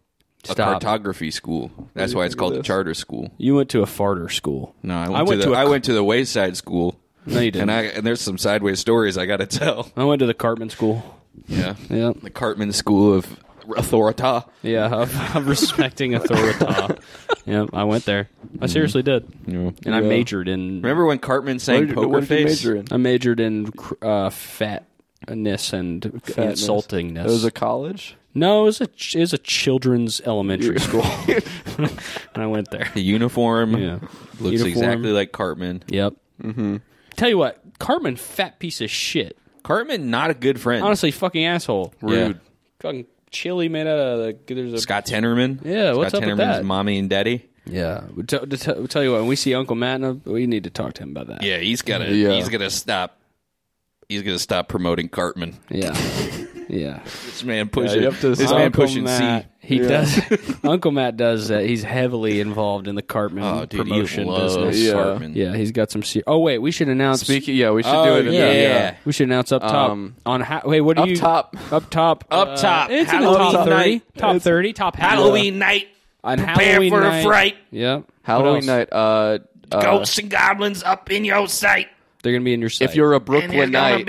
S3: a
S4: Stop.
S3: cartography school. That's why it's called a charter school.
S4: You went to a farter school.
S3: No, I went, to, the,
S4: a
S3: I went to the wayside school,
S4: No, you didn't.
S3: and I
S4: I,
S3: and there's some sideways stories I got to tell.
S4: went to the Cartman school.
S3: Yeah,
S4: Yeah,
S3: the Cartman School of Authorita.
S4: yeah. Of, of respecting authority. yeah, I went there. I seriously did, and I
S5: Yeah.
S4: majored in.
S3: Remember when Cartman
S5: What
S3: sang
S5: did-
S3: Poker
S5: what did you
S3: Face?
S5: major in?
S4: I majored in cr- uh, fatness and
S5: Fatness.
S4: insultingness.
S5: It was a college.
S4: no, it was a ch- it was a children's elementary school, and I went there.
S3: The uniform
S4: Yeah.
S3: looks
S4: Uniform.
S3: exactly like Cartman.
S4: Yep. Mm-hmm. Tell you what, Cartman, fat piece of shit.
S3: Cartman, not a good friend.
S4: Honestly, fucking asshole.
S3: Yeah.
S5: rude.
S4: Fucking chili made out of the, there's a
S3: Scott Tenorman.
S4: Yeah, what's
S3: Scott
S4: up with
S3: Tenorman's
S4: that?
S3: mommy and daddy.
S4: Yeah, we t- t- t- tell you what. When we see Uncle Matt, and, uh, we need to talk to him about that.
S3: Yeah, he's gotta.
S5: Yeah.
S3: He's gonna stop. He's gonna stop promoting Cartman.
S4: yeah, yeah.
S3: This man pushing.
S5: you have to-
S3: this man
S5: Uncle
S3: pushing
S4: Matt,
S3: C.
S4: he does. Uncle Matt does that. He's heavily involved in the Cartman
S3: Oh, dude,
S4: promotion
S3: he loves
S4: business.
S5: Yeah.
S3: Cartman.
S4: Yeah, he's got some. Se- oh wait, we should announce.
S5: Speaking, yeah, we should do
S4: Oh,
S5: it. in
S3: yeah.
S5: the-
S3: yeah.
S4: we should announce up top
S5: Um,
S4: on. Ha- wait, what do
S5: Up
S4: you
S5: top.
S4: Up top.
S3: Up
S4: uh,
S3: top.
S4: it's in the
S3: Halloween
S4: top thirty.
S3: night.
S4: Top thirty. Top
S3: Halloween night.
S4: Yeah. On
S3: Prepare
S4: Halloween
S3: for a
S4: night.
S3: fright.
S4: Yep. What
S5: Halloween
S4: else?
S5: night. Uh, uh,
S3: Ghosts and goblins up in your sight.
S4: They're gonna be in your. Site.
S5: if you're a Brooklynite,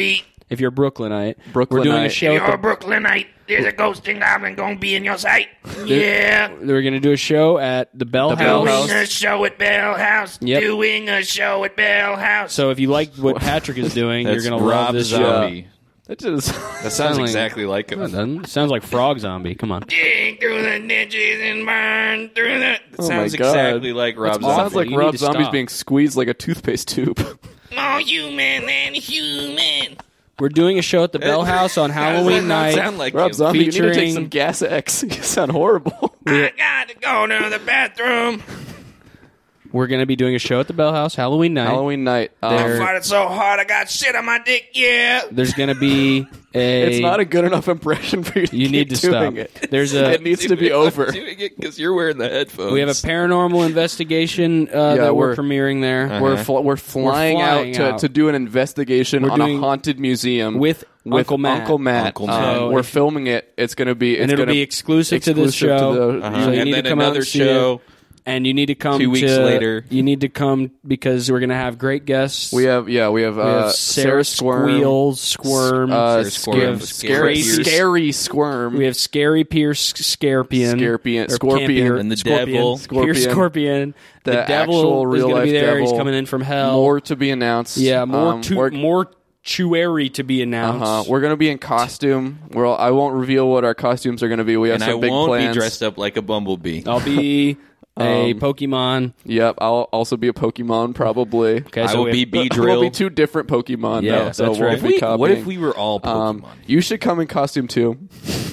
S4: if you're Brooklynite, we're doing a
S5: Brooklynite.
S4: show. at the-
S6: Brooklynite. There's a ghost and goblin gonna be in your sight. Yeah.
S4: They're gonna do a show at the Bell
S5: Bell
S4: House.
S5: House.
S6: Doing a show at Bell House.
S4: Yep.
S6: Doing a show at Bell House.
S4: So if you like what Patrick is doing, you're
S3: That's
S4: gonna love
S3: Rob
S4: this show.
S3: Zombie.
S5: that just
S3: That sounds
S4: Sound like-
S3: exactly like him.
S4: Doesn't- Sounds like Frog Zombie. Come on.
S6: Dig through the ditches and burn through the.
S3: That sounds
S5: God.
S3: exactly like Rob Zombie.
S5: sounds like
S4: You need
S5: Rob
S4: to
S5: Zombie's
S4: stop.
S5: being squeezed like a toothpaste tube.
S6: All human and human.
S4: We're doing a show at the Bell House on
S3: How does
S4: Halloween
S3: that not
S4: night.
S3: Sound like
S5: Rob
S3: him?
S5: Zombie, you need to
S4: Featuring-
S5: take some Gas X. You sound horrible.
S6: I gotta go to the bathroom.
S4: We're gonna be doing a show at the Bell House Halloween night.
S5: Halloween night. Um,
S4: There-
S6: Farted so hard I got shit on my dick. Yeah.
S4: There's gonna be a.
S5: it's not a good enough impression for you. To
S4: You
S5: keep
S4: need to
S5: doing
S4: stop.
S5: it.
S4: There's a-
S5: It needs to be
S3: I'm
S5: over.
S3: doing it because you're wearing the headphones.
S4: we have a paranormal investigation uh, that we're,
S5: we're- Uh-huh.
S4: premiering there.
S5: We're, fl- we're flying
S4: flying
S5: out, to,
S4: out.
S5: to do an investigation
S4: We're
S5: on
S4: doing-
S5: a haunted museum
S4: with Uncle Matt.
S5: Uncle Matt.
S3: Uncle
S5: Um,
S3: Matt.
S4: So
S5: we're
S4: if-
S5: filming it. It's going to be it's
S4: and it'll
S5: gonna
S4: be exclusive, to this
S5: exclusive
S4: show.
S5: the-
S3: Uh-huh.
S4: So you
S3: And
S4: need
S3: then
S4: to come out
S3: another
S4: and see
S3: show.
S4: it. And you need to come
S3: Two weeks
S4: to-
S3: later.
S4: You need to come because we're gonna have great guests.
S5: We have yeah, we have,
S4: We
S5: uh,
S4: have Sarah, Squeal, Squirm.
S5: uh,
S3: Sarah
S5: Squirm,
S3: Squirm,
S5: we have
S3: Scary
S5: scary,
S3: Pierce.
S5: scary squirm.
S4: We have Scary Pierce, Scarpian, or
S5: Scarpian, Scorpion,
S4: Campier,
S3: and the
S4: Scorpion,
S3: Devil.
S4: Scorpion, Pierce
S5: Scorpion.
S4: Scorpion. The,
S5: The
S4: Devil
S5: actual
S4: is going to
S5: real-life
S4: be there. He's
S5: devil.
S4: coming in from hell.
S5: more to be announced.
S4: yeah, more
S5: Um,
S4: tu-
S5: we're,
S4: more tuary to be announced.
S5: uh, we're gonna be in costume. We're all, I won't reveal what our costumes are gonna be. We have
S3: and I
S5: some big
S3: won't
S5: plans.
S3: be dressed up like a bumblebee.
S4: I'll be a
S5: Um,
S4: Pokemon.
S5: Yep, I'll also be a Pokemon probably.
S4: Okay,
S3: I
S4: so
S3: will
S4: we
S3: be
S4: have-
S3: B
S5: We'll
S3: drill.
S5: be two different Pokemon
S4: Yeah,
S5: though, so
S4: that's
S5: we'll
S4: right.
S5: be
S3: Wait,
S5: copying.
S3: what if we were all Pokemon?
S5: Um, you should come in costume too.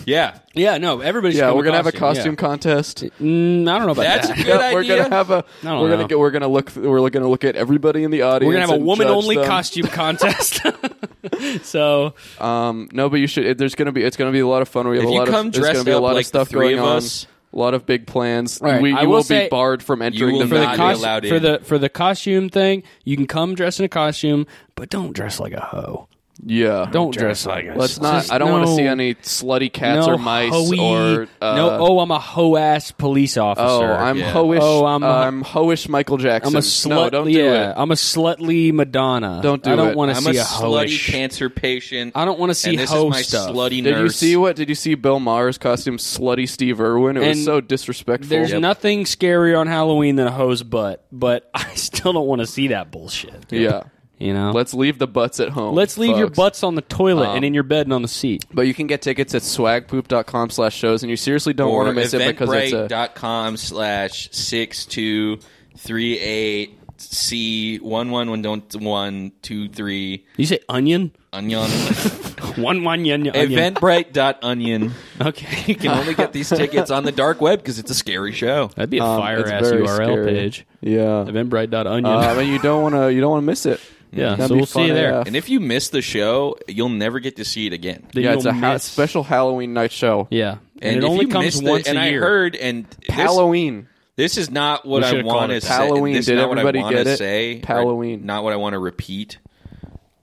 S3: yeah,
S4: Yeah, no, everybody's.
S5: Yeah,
S4: gonna
S5: we're gonna have a
S4: costume,
S5: costume contest.
S4: yeah. Mm, I don't know about
S3: That's
S4: that.
S3: a good
S5: Yeah, we're
S3: idea.
S5: gonna have a.
S4: don't
S5: We're
S4: know.
S5: gonna go, we're gonna look. We're gonna look at everybody in the audience.
S4: We're gonna have a
S5: and
S4: woman
S5: judge
S4: only
S5: them.
S4: costume contest. so
S5: Um, no, but you should. It, there's gonna be. It's gonna be a lot of fun. We have
S3: If
S5: a
S3: you
S5: lot
S3: come
S5: of. There's gonna
S3: dressed
S5: be a
S3: up
S5: lot
S3: like
S5: of stuff
S3: the three
S5: going
S3: of
S5: on.
S3: us-
S5: A lot of big plans.
S4: Right,
S5: We, you
S4: I will
S5: will,
S4: say-
S5: be barred from entering
S3: will
S5: the
S4: for the
S3: not be
S5: venue.
S4: cos-
S3: allowed in.
S4: for the for the costume thing, you can come dressed in a costume, but don't dress like a hoe.
S5: Yeah.
S4: Don't dress like us.
S5: Let's not.
S4: Just
S5: I don't want to
S4: no-
S5: see any slutty cats or mice
S4: hoey.
S5: or. Uh,
S4: no. Oh, I'm a hoe ass police officer.
S5: Oh, I'm
S3: Yeah.
S5: hoish.
S4: Oh, I'm
S5: I'm,
S4: a-
S5: hoish Michael Jackson.
S4: I'm a slut.
S5: No, don't do
S4: yeah,
S5: it.
S4: I'm a slutly Madonna.
S5: Don't do
S4: I don't
S5: it.
S4: want to
S3: I'm
S4: see
S3: a,
S4: a,
S3: slutty
S4: hoish.
S3: cancer patient.
S4: I don't wanna see
S3: and this
S4: hoe
S3: is my
S4: stuff.
S3: slutty
S5: Did you
S3: nurse.
S5: see what? Did you see Bill Maher's costume, slutty Steve Irwin? It
S4: And
S5: was so disrespectful.
S4: There's nothing scarier on Halloween than a hoe's butt, but I still don't want to see that bullshit.
S5: yeah.
S4: You know,
S5: Let's Um, leave the butts at home.
S4: Let's leave your
S5: folks.
S4: butts on the toilet and in your bed and on the seat.
S5: But you can get tickets at swagpoop.com slash shows, and you seriously don't want
S3: or
S5: to miss it because it's a.
S3: eventbrite.com slash 6238 C one one one don't one two three
S4: You say onion?
S3: onion
S4: One one onion. onion.
S3: eventbrite.onion
S4: Okay,
S3: you
S5: Um,
S3: can only get these tickets on the dark web because it's a scary show
S4: that'd be a
S5: Um,
S4: fire
S5: it's
S4: ass
S5: very
S4: URL
S5: scary.
S4: page.
S5: Yeah.
S4: Eventbrite.onion.
S5: Um, and you don't want to. You don't want to miss it.
S4: yeah,
S5: that'd
S4: so
S5: be
S4: we'll see
S5: fun
S4: you there.
S5: AF.
S3: and if you miss the show you'll never get to see it again
S4: Then
S5: yeah,
S4: you'll
S5: it's a ha-
S4: miss-
S5: special Halloween night show.
S4: Yeah, and,
S3: if
S4: it only
S3: you
S4: comes
S3: miss the-
S4: once
S3: and
S4: a year.
S3: I heard and this-
S5: Halloween.
S3: This is not what
S4: We
S3: I
S4: should've
S3: want
S4: called
S3: to
S4: it
S3: say.
S5: Halloween.
S3: This is
S5: Did
S3: not what I
S5: everybody
S3: wanna
S5: get it?
S3: Say or
S5: Halloween.
S3: Not what I want to repeat.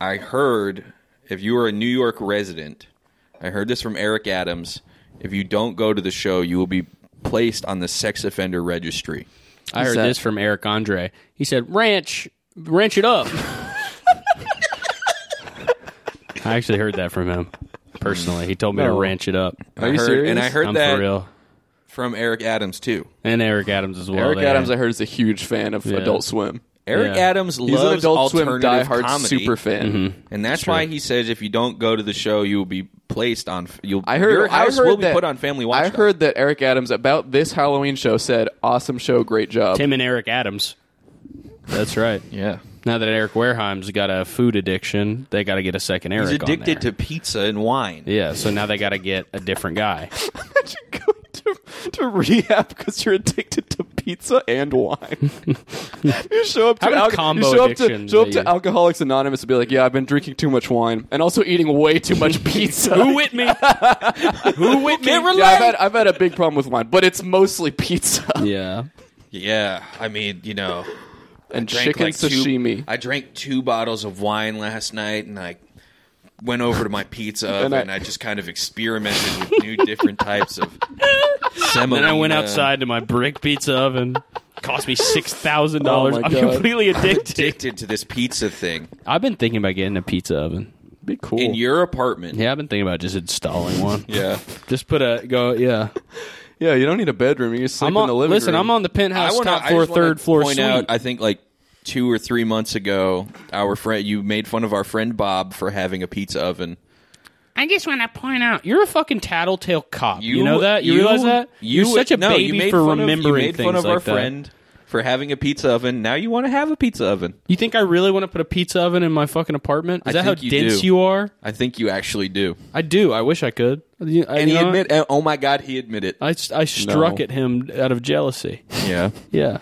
S3: I heard if you are a New York resident, I heard this from Eric Adams. If you don't go to the show, you will be placed on the sex offender registry.
S4: I heard
S5: that?
S4: this from Eric Andre. He said, "Ranch, ranch it up." I actually heard that from him personally. He told me to
S5: No.
S4: ranch it up.
S5: Are
S3: I
S5: you
S3: heard,
S5: serious?
S3: And I heard
S4: I'm
S3: that
S4: for real.
S3: from Eric Adams too.
S4: And Eric Adams as well.
S5: Eric
S3: Oh,
S4: there.
S5: Adams, I heard, is a huge fan of Adult Swim.
S3: Eric
S4: Yeah.
S3: Adams
S5: He's
S3: loves
S5: an Adult Swim
S3: alternative
S5: diehard
S3: comedy, Mm-hmm.
S5: super fan.
S3: and that's why he says if you don't go to the show, you will be placed on. You'll
S5: I heard.
S3: your house
S5: I heard
S3: will
S5: that-
S3: be put on family watch.
S5: I heard that Eric Adams about this Halloween show said, "Awesome show, great job."
S4: Tim and Eric Adams. That's right.
S3: Yeah,
S4: Now that Eric Wareheim's got a food addiction, they got to get a second Eric.
S3: he's
S4: on
S3: addicted
S4: there.
S3: to pizza and wine.
S4: Yeah, so now they got to get a different guy.
S5: Going to, to rehab because you're addicted to pizza and wine. you show up to,
S4: How about
S5: alco-
S4: combo
S5: you show up
S4: addiction
S5: to, show up
S4: that
S5: to
S4: you-
S5: Alcoholics Anonymous and be like, "Yeah, I've been drinking too much wine and also eating way too much pizza."
S4: Who with me? Who with me?
S5: yeah, I've had I've had a big problem with wine, but it's mostly pizza
S4: Yeah.
S3: Yeah, I mean, you know,
S5: and
S3: drank
S5: chicken
S3: like two-
S5: sashimi.
S3: I drank two bottles of wine last night, and I went over to my pizza oven,
S5: I-
S3: and I just kind of experimented with new different types of.
S4: Then I went
S3: semolina.
S4: outside to my brick pizza oven. Cost me six thousand dollars.
S5: Oh my
S4: I'm
S5: God.
S4: completely addicted.
S3: Addicted to this pizza thing
S4: I've been thinking about getting a pizza oven.
S5: Be cool.
S3: in your apartment.
S4: Yeah, I've been thinking about just installing one.
S3: Yeah.
S4: Just put a go. Yeah,
S5: yeah, you don't need a bedroom. You can sleep
S4: I'm
S5: in
S4: on.
S5: the living
S4: Listen,
S5: room.
S4: I'm on the penthouse
S3: wanna-
S4: top
S3: I
S4: floor,
S3: just wanna
S4: third floor
S3: point
S4: suite.
S3: out, I think like two or three months ago, our friend you made fun of our friend Bob for having a pizza oven.
S2: I just want to point out.
S4: You're a fucking tattletale cop. You, know that? You, realize that? You're such a
S3: no, you
S4: baby
S3: made
S4: for
S3: fun of-
S4: remembering
S3: you made
S4: things
S3: fun of
S4: like
S3: our
S4: that.
S3: friend for having a pizza oven. Now you want to have a pizza oven.
S4: You think I really want to put a pizza oven in my fucking apartment? Is
S3: I
S4: that how
S3: think you
S4: dense
S3: do.
S4: you are?
S3: I think you actually do.
S4: I do. I wish I could. You- I,
S3: And
S4: you
S3: he
S4: know,
S3: admit, uh, oh my god, he admitted.
S4: I, s- I struck
S5: No.
S4: at him out of jealousy.
S3: yeah,
S4: Yeah.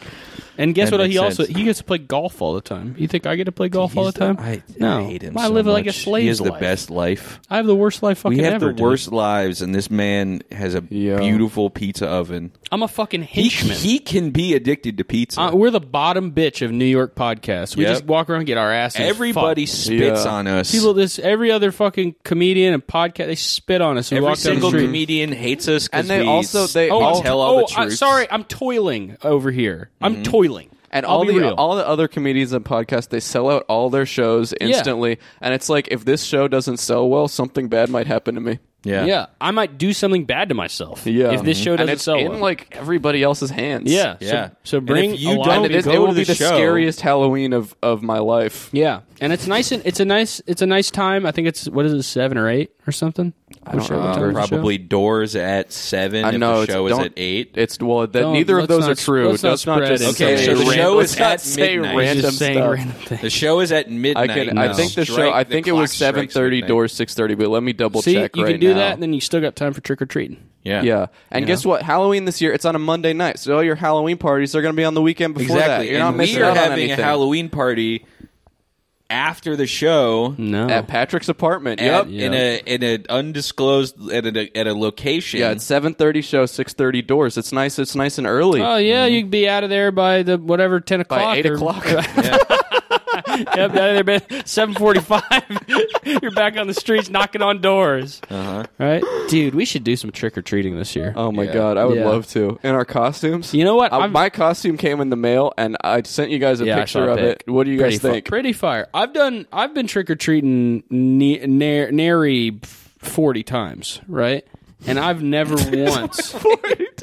S4: And guess
S3: That
S4: what? He
S3: makes
S4: also
S3: sense.
S4: he gets to play golf all the time. You think I get to play golf all the
S3: He's
S4: time?
S3: I,
S4: no,
S3: I hate him.
S4: I
S3: so
S4: live like a
S3: much.
S4: slave.
S3: He has the best life.
S4: I have the worst life fucking
S3: We have
S4: ever.
S3: the
S4: dude.
S3: worst lives, and this man has a
S5: Yeah.
S3: beautiful pizza oven.
S4: I'm a fucking
S3: He,
S4: henchman.
S3: he can be addicted to pizza.
S4: Uh, we're the bottom bitch of New York podcasts. We
S3: Yep.
S4: just walk around and get our ass.
S3: Everybody spits
S5: Yeah.
S3: on us.
S4: People, this every other fucking comedian and podcast, they spit on us. And
S3: Every
S4: walk down the
S3: single
S4: street.
S3: comedian hates us, 'cause
S5: And they
S3: we
S5: also- they
S3: s-
S4: Oh,
S5: all-
S4: I'm
S3: we
S4: t-
S3: tell all
S4: oh,
S3: the Mm-hmm.
S4: I-
S3: truth.
S4: sorry, I'm toiling over here. I'm toiling,
S5: And
S4: I'll
S5: all
S4: be
S5: the
S4: real.
S5: all the other comedians and podcasts, they sell out all their shows instantly. And it's like if this show doesn't sell well, something bad might happen to me.
S3: yeah.
S4: yeah, I might do something bad to myself.
S5: Yeah.
S4: if this show doesn't
S5: and it's
S4: sell
S5: in
S4: well.
S5: like everybody else's hands.
S4: Yeah,
S3: Yeah.
S4: So, so
S3: And
S4: bring
S3: if you
S4: a lot
S5: And
S3: don't
S4: of
S5: it, is,
S3: go
S5: it will
S3: to
S5: be
S3: the
S5: the
S3: show-
S5: scariest Halloween of, of my life.
S4: Yeah, and it's nice. And it's a nice. It's a nice time. I think it's what is it, seven or eight or something. I
S5: don't know.
S3: Uh, probably doors at seven.
S5: I
S3: if
S5: know
S3: the show
S5: it's,
S3: is
S5: don't-
S3: at eight.
S5: It's well, that
S4: Don't-
S5: neither of
S4: let's
S5: those
S4: not
S5: are true.
S4: spread- let's
S5: Let's
S4: not
S5: not just
S4: spread
S3: it. Okay,
S5: say
S3: so the
S5: ran-
S3: show
S5: let's
S3: is
S5: not
S3: at
S5: say
S3: midnight.
S4: Just
S5: random
S4: saying
S5: stuff.
S4: random things.
S3: The show is at
S5: I
S3: midnight.
S5: can.
S4: No.
S5: I think the show.
S3: Strike-
S5: I think it
S3: clock
S5: was
S3: strikes
S5: seven thirty,
S3: midnight.
S5: doors six thirty. But let me double
S4: See,
S5: check.
S4: you
S5: right
S4: can do
S5: now.
S4: that, and then you still got time for trick or treating.
S3: Yeah.
S5: Yeah. And guess what? Halloween this year, it's on a Monday night. So all your Halloween parties are going to be on the weekend before
S3: Exactly.
S5: that. You're
S3: and
S5: not missing
S3: we are
S5: out on
S3: having a
S5: anything.
S3: Halloween party after the show.
S4: No,
S5: At Patrick's apartment.
S3: Yep.
S5: Yep.
S3: In a in an undisclosed at a at a location.
S5: Yeah, it's 7:30 show, 6:30 doors. It's nice. It's nice and early.
S4: Oh yeah, you can be out of there by the whatever ten o'clock.
S5: by eight
S4: or-
S5: o'clock,
S4: Yep, out of there, bed. 7:45. You're back on the streets, knocking on doors. Uh-huh. Right, dude. We should do some trick or treating this year.
S5: Oh my god, I would
S4: Yeah.
S5: love to. And our costumes.
S4: You know what?
S5: I,
S4: I'm-
S5: my costume came in the mail, and I sent you guys a
S4: Yeah, I saw
S5: picture
S4: a
S5: of
S4: pic.
S5: it. What do you
S4: pretty
S5: guys
S4: fi-
S5: think?
S4: pretty fire. I've done. I've been trick or treating ne- nar- nary forty times, right? And I've never once.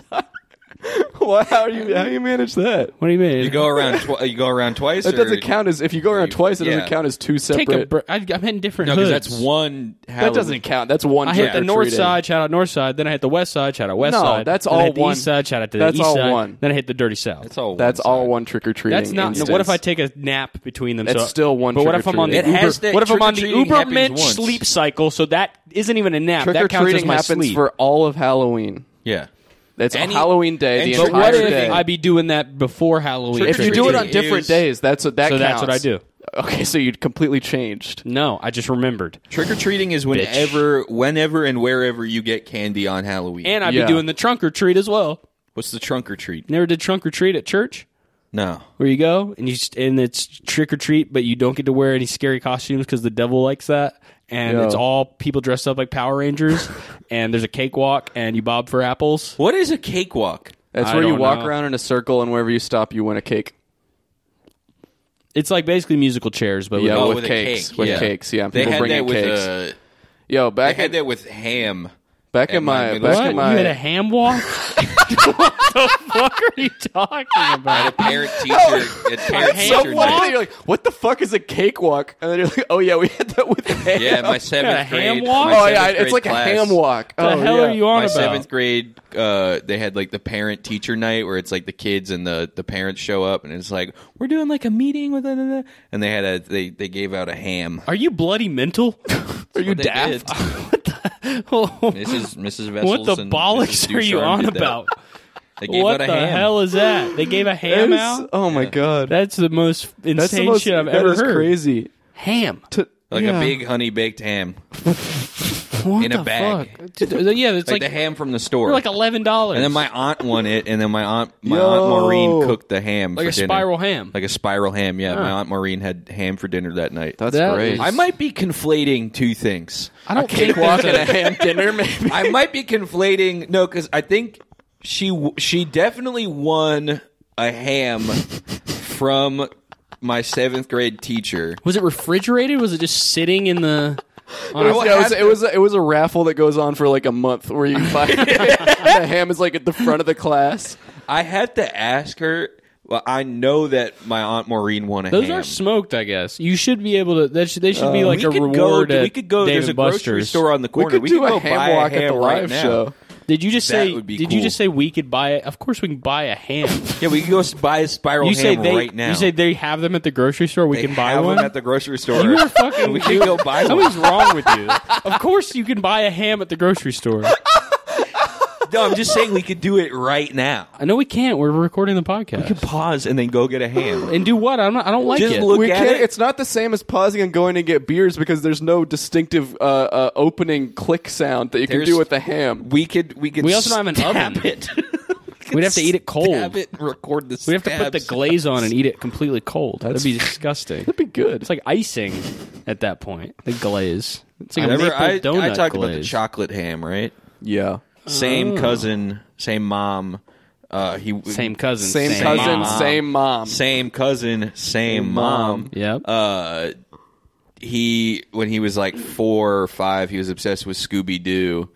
S5: Why- how do you how do you manage that?
S4: What do you mean?
S3: You go around. Tw- you go around twice.
S5: That
S3: or-
S5: doesn't count as if you go around twice. It
S3: yeah.
S5: doesn't count as two
S4: take a
S5: separate.
S4: break. I'm hitting different
S3: No,
S4: hoods.
S3: because that's one. Halloween.
S5: that doesn't count. That's one.
S4: I hit the
S5: trick or
S4: north
S5: treating.
S4: side, shout out north side. Then I hit the west side, shout out west
S5: No,
S4: side.
S5: that's
S4: then I
S5: all
S4: hit the
S5: one-
S4: east side, shout out to the
S5: that's
S4: east
S5: all
S4: side.
S5: one.
S4: Then I hit the dirty south.
S3: That's all.
S5: That's all
S3: side.
S5: one trick or treating.
S4: That's not.
S5: Instance.
S4: What if I take a nap between them?
S5: That's
S4: so,
S5: still one
S4: But what if I'm on the
S5: trick-or-treating.
S3: It
S4: Uber?
S3: has to-
S4: what if I'm on the
S3: trick-or-treating
S4: Uber
S3: happens
S4: Mitch
S3: once.
S4: sleep cycle? So that isn't even a nap.
S5: trick
S4: That
S5: or
S4: counts as
S5: treating
S4: my
S5: happens
S4: sleep.
S5: for all of Halloween?
S3: Yeah.
S5: That's a
S3: Any-
S5: Halloween day.
S3: any-
S5: The
S4: but
S5: entire
S4: what if
S5: day.
S4: I be doing that before Halloween?
S5: if you do it on
S3: trick-or-treating
S5: different
S3: is-
S5: days, that's what that.
S4: So that's what
S5: counts.
S4: I do.
S5: Okay, so you completely changed.
S4: no, I just remembered,
S3: Trick or treating is whenever, whenever, and wherever you get candy on Halloween.
S4: and I
S5: Yeah.
S4: be doing the trunk or treat as well.
S3: What's the trunk or treat?
S4: Never did trunk or treat at church.
S3: No.
S4: where you go and you just- and it's trick or treat, but you don't get to wear any scary costumes because the devil likes that. And
S5: Yeah.
S4: it's all people dressed up like Power Rangers, and there's a cakewalk, and you bob for apples.
S3: What is a cakewalk?
S5: That's
S4: I
S5: where you
S4: don't
S5: walk
S4: know.
S5: around in a circle, and wherever you stop, you win a cake.
S4: It's like basically musical chairs, but with-
S5: Yeah,
S3: Oh,
S5: with
S3: a
S5: cakes, with cakes, yeah,
S3: they
S5: people
S3: had
S5: bring
S3: that
S5: in
S3: with.
S5: cakes.
S3: uh,
S5: Yo,
S3: they
S5: back
S3: had
S5: at
S3: that with ham.
S5: back
S3: at
S5: in
S3: my
S5: my
S3: middle
S5: back
S4: what?
S5: in
S4: You had a
S5: my
S4: ham walk? what the fuck are you talking about?
S3: Parent teacher. at parent
S5: so
S3: teacher.
S5: funny
S3: night.
S5: that you're like, what the fuck is a cakewalk? And then you're like, oh yeah, we had that with ham.
S3: Yeah, my seventh
S4: a ham
S3: grade.
S4: walk?
S3: my
S5: oh yeah,
S3: seventh
S5: it's
S3: grade
S5: like
S3: class.
S5: a ham walk.
S4: What
S5: oh,
S4: the hell
S5: yeah.
S4: are you on
S3: my
S4: about?
S3: seventh grade uh, they had like the parent teacher night where it's like the kids and the, the parents show up and it's like we're doing like a meeting with da, da, da," and they had a they, they gave out a ham
S4: Are you bloody mental?
S5: Are you
S3: What they did.
S5: daft?
S3: mrs mrs Vessels
S4: what the
S3: and
S4: bollocks
S3: Mrs.
S4: are you
S3: Ducharme
S4: on
S3: did that.
S4: about?
S3: they gave
S4: What
S3: out a
S4: the
S3: ham
S4: hell is that? They gave a ham
S5: It's-
S4: out?
S5: oh my god,
S4: That's the most insane
S5: that's the most
S4: shit I've
S5: that
S4: ever
S5: is
S4: heard.
S5: crazy.
S4: Ham.
S5: To-
S3: like
S5: yeah.
S3: a big honey baked ham
S4: What
S3: in a
S4: the
S3: bag.
S4: fuck? yeah, it's
S3: like,
S4: like,
S3: the ham from the store
S4: for like eleven dollars.
S3: and then my aunt won it and then my aunt my
S5: Yo.
S3: aunt Maureen cooked the ham
S4: like
S3: for
S4: a
S3: dinner.
S4: spiral ham.
S3: like a spiral ham yeah my aunt Maureen had ham for dinner that night
S5: That's
S4: That
S5: great.
S4: is-
S3: I might be conflating two things
S4: I don't think that's
S5: Walking a ham dinner, maybe.
S3: I might be conflating. No, because I think she w- she definitely won a ham from my seventh grade teacher.
S4: was it refrigerated? Was it just sitting in the? On a,
S3: What
S5: Yeah, it was,
S3: happened-
S5: it was a, it was a raffle that goes on for like a month where you buy the ham is like at the front of the class.
S3: I had to ask her. Well, I know that my aunt Maureen won a
S4: those
S3: ham.
S4: are smoked, I guess. You should be able to. That should, they should be like
S3: we
S4: a
S3: could
S4: reward.
S3: go.
S4: at
S3: we could go.
S4: Dave
S3: There's a
S4: and
S3: grocery
S4: Buster's.
S3: store on the
S5: We
S3: corner.
S5: could do
S3: go
S5: a
S3: buy
S5: ham walk
S3: a ham
S5: at the
S3: right
S5: live
S3: now.
S5: show.
S4: Did you just
S3: That
S4: say?
S3: would be
S4: did you
S3: cool.
S4: just say we could buy it? Of course, we can buy a ham.
S3: Yeah, we could go s- buy a spiral
S4: you
S3: ham
S4: say they?
S3: right now.
S4: You say they have them at the grocery store. We
S3: They
S4: can buy
S3: have
S4: one
S3: them at the grocery store.
S4: You are fucking.
S3: we could go buy one.
S4: Something's wrong with you. Of course, you can buy a ham at the grocery store.
S3: No, I'm just saying we could do it right now.
S4: I know we can't. We're recording the podcast.
S3: We could pause and then go get a ham.
S4: and do what? I'm not, I don't like
S3: Just
S4: it.
S3: look
S5: we
S3: at
S5: can't.
S3: it.
S5: It's not the same as pausing and going to get beers because there's no distinctive uh, uh, opening click sound that you can
S3: There's-
S5: do with the ham.
S3: We could. We could.
S4: We also don't have an
S3: stab
S4: oven.
S3: It.
S4: We'd have to eat it cold.
S3: Stab it and record the.
S4: We'd have to put the
S3: stabs.
S4: glaze on and eat it completely cold. That'd be disgusting.
S5: That'd be good.
S4: It's like icing at that point. The glaze. It's like
S3: I
S4: a
S3: Remember,
S4: maple
S3: I,
S4: donut
S3: I talked
S4: glaze. Oh.
S3: about the chocolate ham, right?
S5: yeah,
S3: Same cousin, same mom. Uh, he
S4: Same cousin.
S5: same, cousin,
S4: mom.
S5: same mom.
S3: Same cousin, same mom.
S4: Yep.
S3: Uh, he when he was like four or five, he was obsessed with Scooby Doo,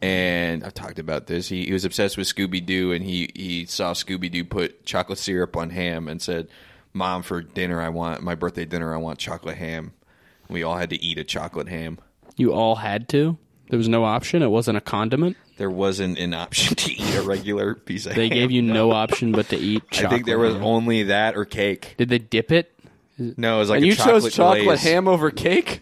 S3: and I've talked about this. He, he was obsessed with Scooby Doo, and he he saw Scooby Doo put chocolate syrup on ham and said, "Mom, for dinner, I want my birthday dinner, I want chocolate ham." We all had to eat a chocolate ham.
S4: you all had to. There was no option. It wasn't a condiment.
S3: There wasn't an option to eat a regular piece of
S4: They
S3: ham.
S4: gave you no option but to eat chocolate.
S3: I think there was
S4: ham.
S3: only that or cake.
S4: Did they dip it?
S3: No, it was like
S5: And
S3: a
S5: you chose chocolate
S3: glaze.
S5: ham over cake.